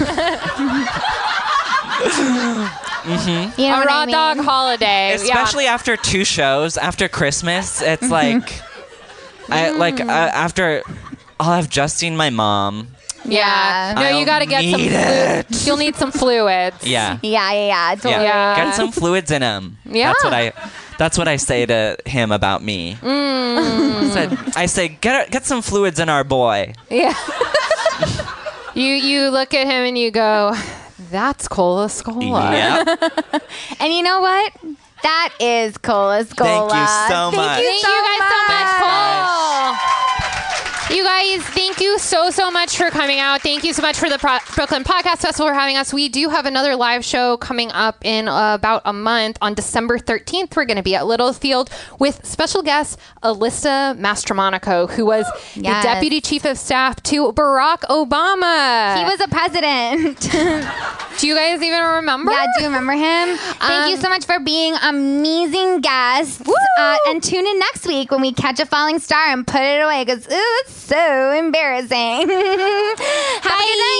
B: Mm-hmm.
C: You know
B: A
C: what
B: raw
C: I mean?
B: dog holiday.
D: Especially after two shows, after Christmas,
B: Mm-hmm.
D: it's like, I
B: Mm.
D: like uh, after I'll have Justine, my mom.
B: yeah. yeah. No,
D: I'll
B: you got to get some
D: need
B: fluids. You'll need some fluids.
D: Yeah.
C: Yeah, yeah, yeah.
D: Yeah.
C: Totally.
B: Yeah.
D: Get some fluids in him.
B: Yeah.
D: That's what I. That's what I say to him about me.
B: Mm.
D: I, said, I say, get get some fluids in our boy.
B: Yeah. you you look at him and you go, "That's Cola Scola."
D: Yep.
C: And you know what? That is Cola Scola.
D: Thank you so much.
B: Thank you guys so much,
D: Thanks,
B: Cole. You guys, thank you so so much for coming out. Thank Thank you so much for the Pro- Brooklyn Podcast Festival for having us. We do have another live show coming up in uh, about a month on December 13th. We're going to be at Littlefield with special guest Alyssa Mastromonaco, who was
C: Yes.
B: the deputy chief of staff to Barack Obama.
C: He was a president.
B: Do you guys even remember?
C: Yeah, do you remember him? Thank you
B: Um,
C: so much for being amazing guests. Uh, and tune in next week when we catch a falling star and put it away because that's so embarrassing. Have a good night.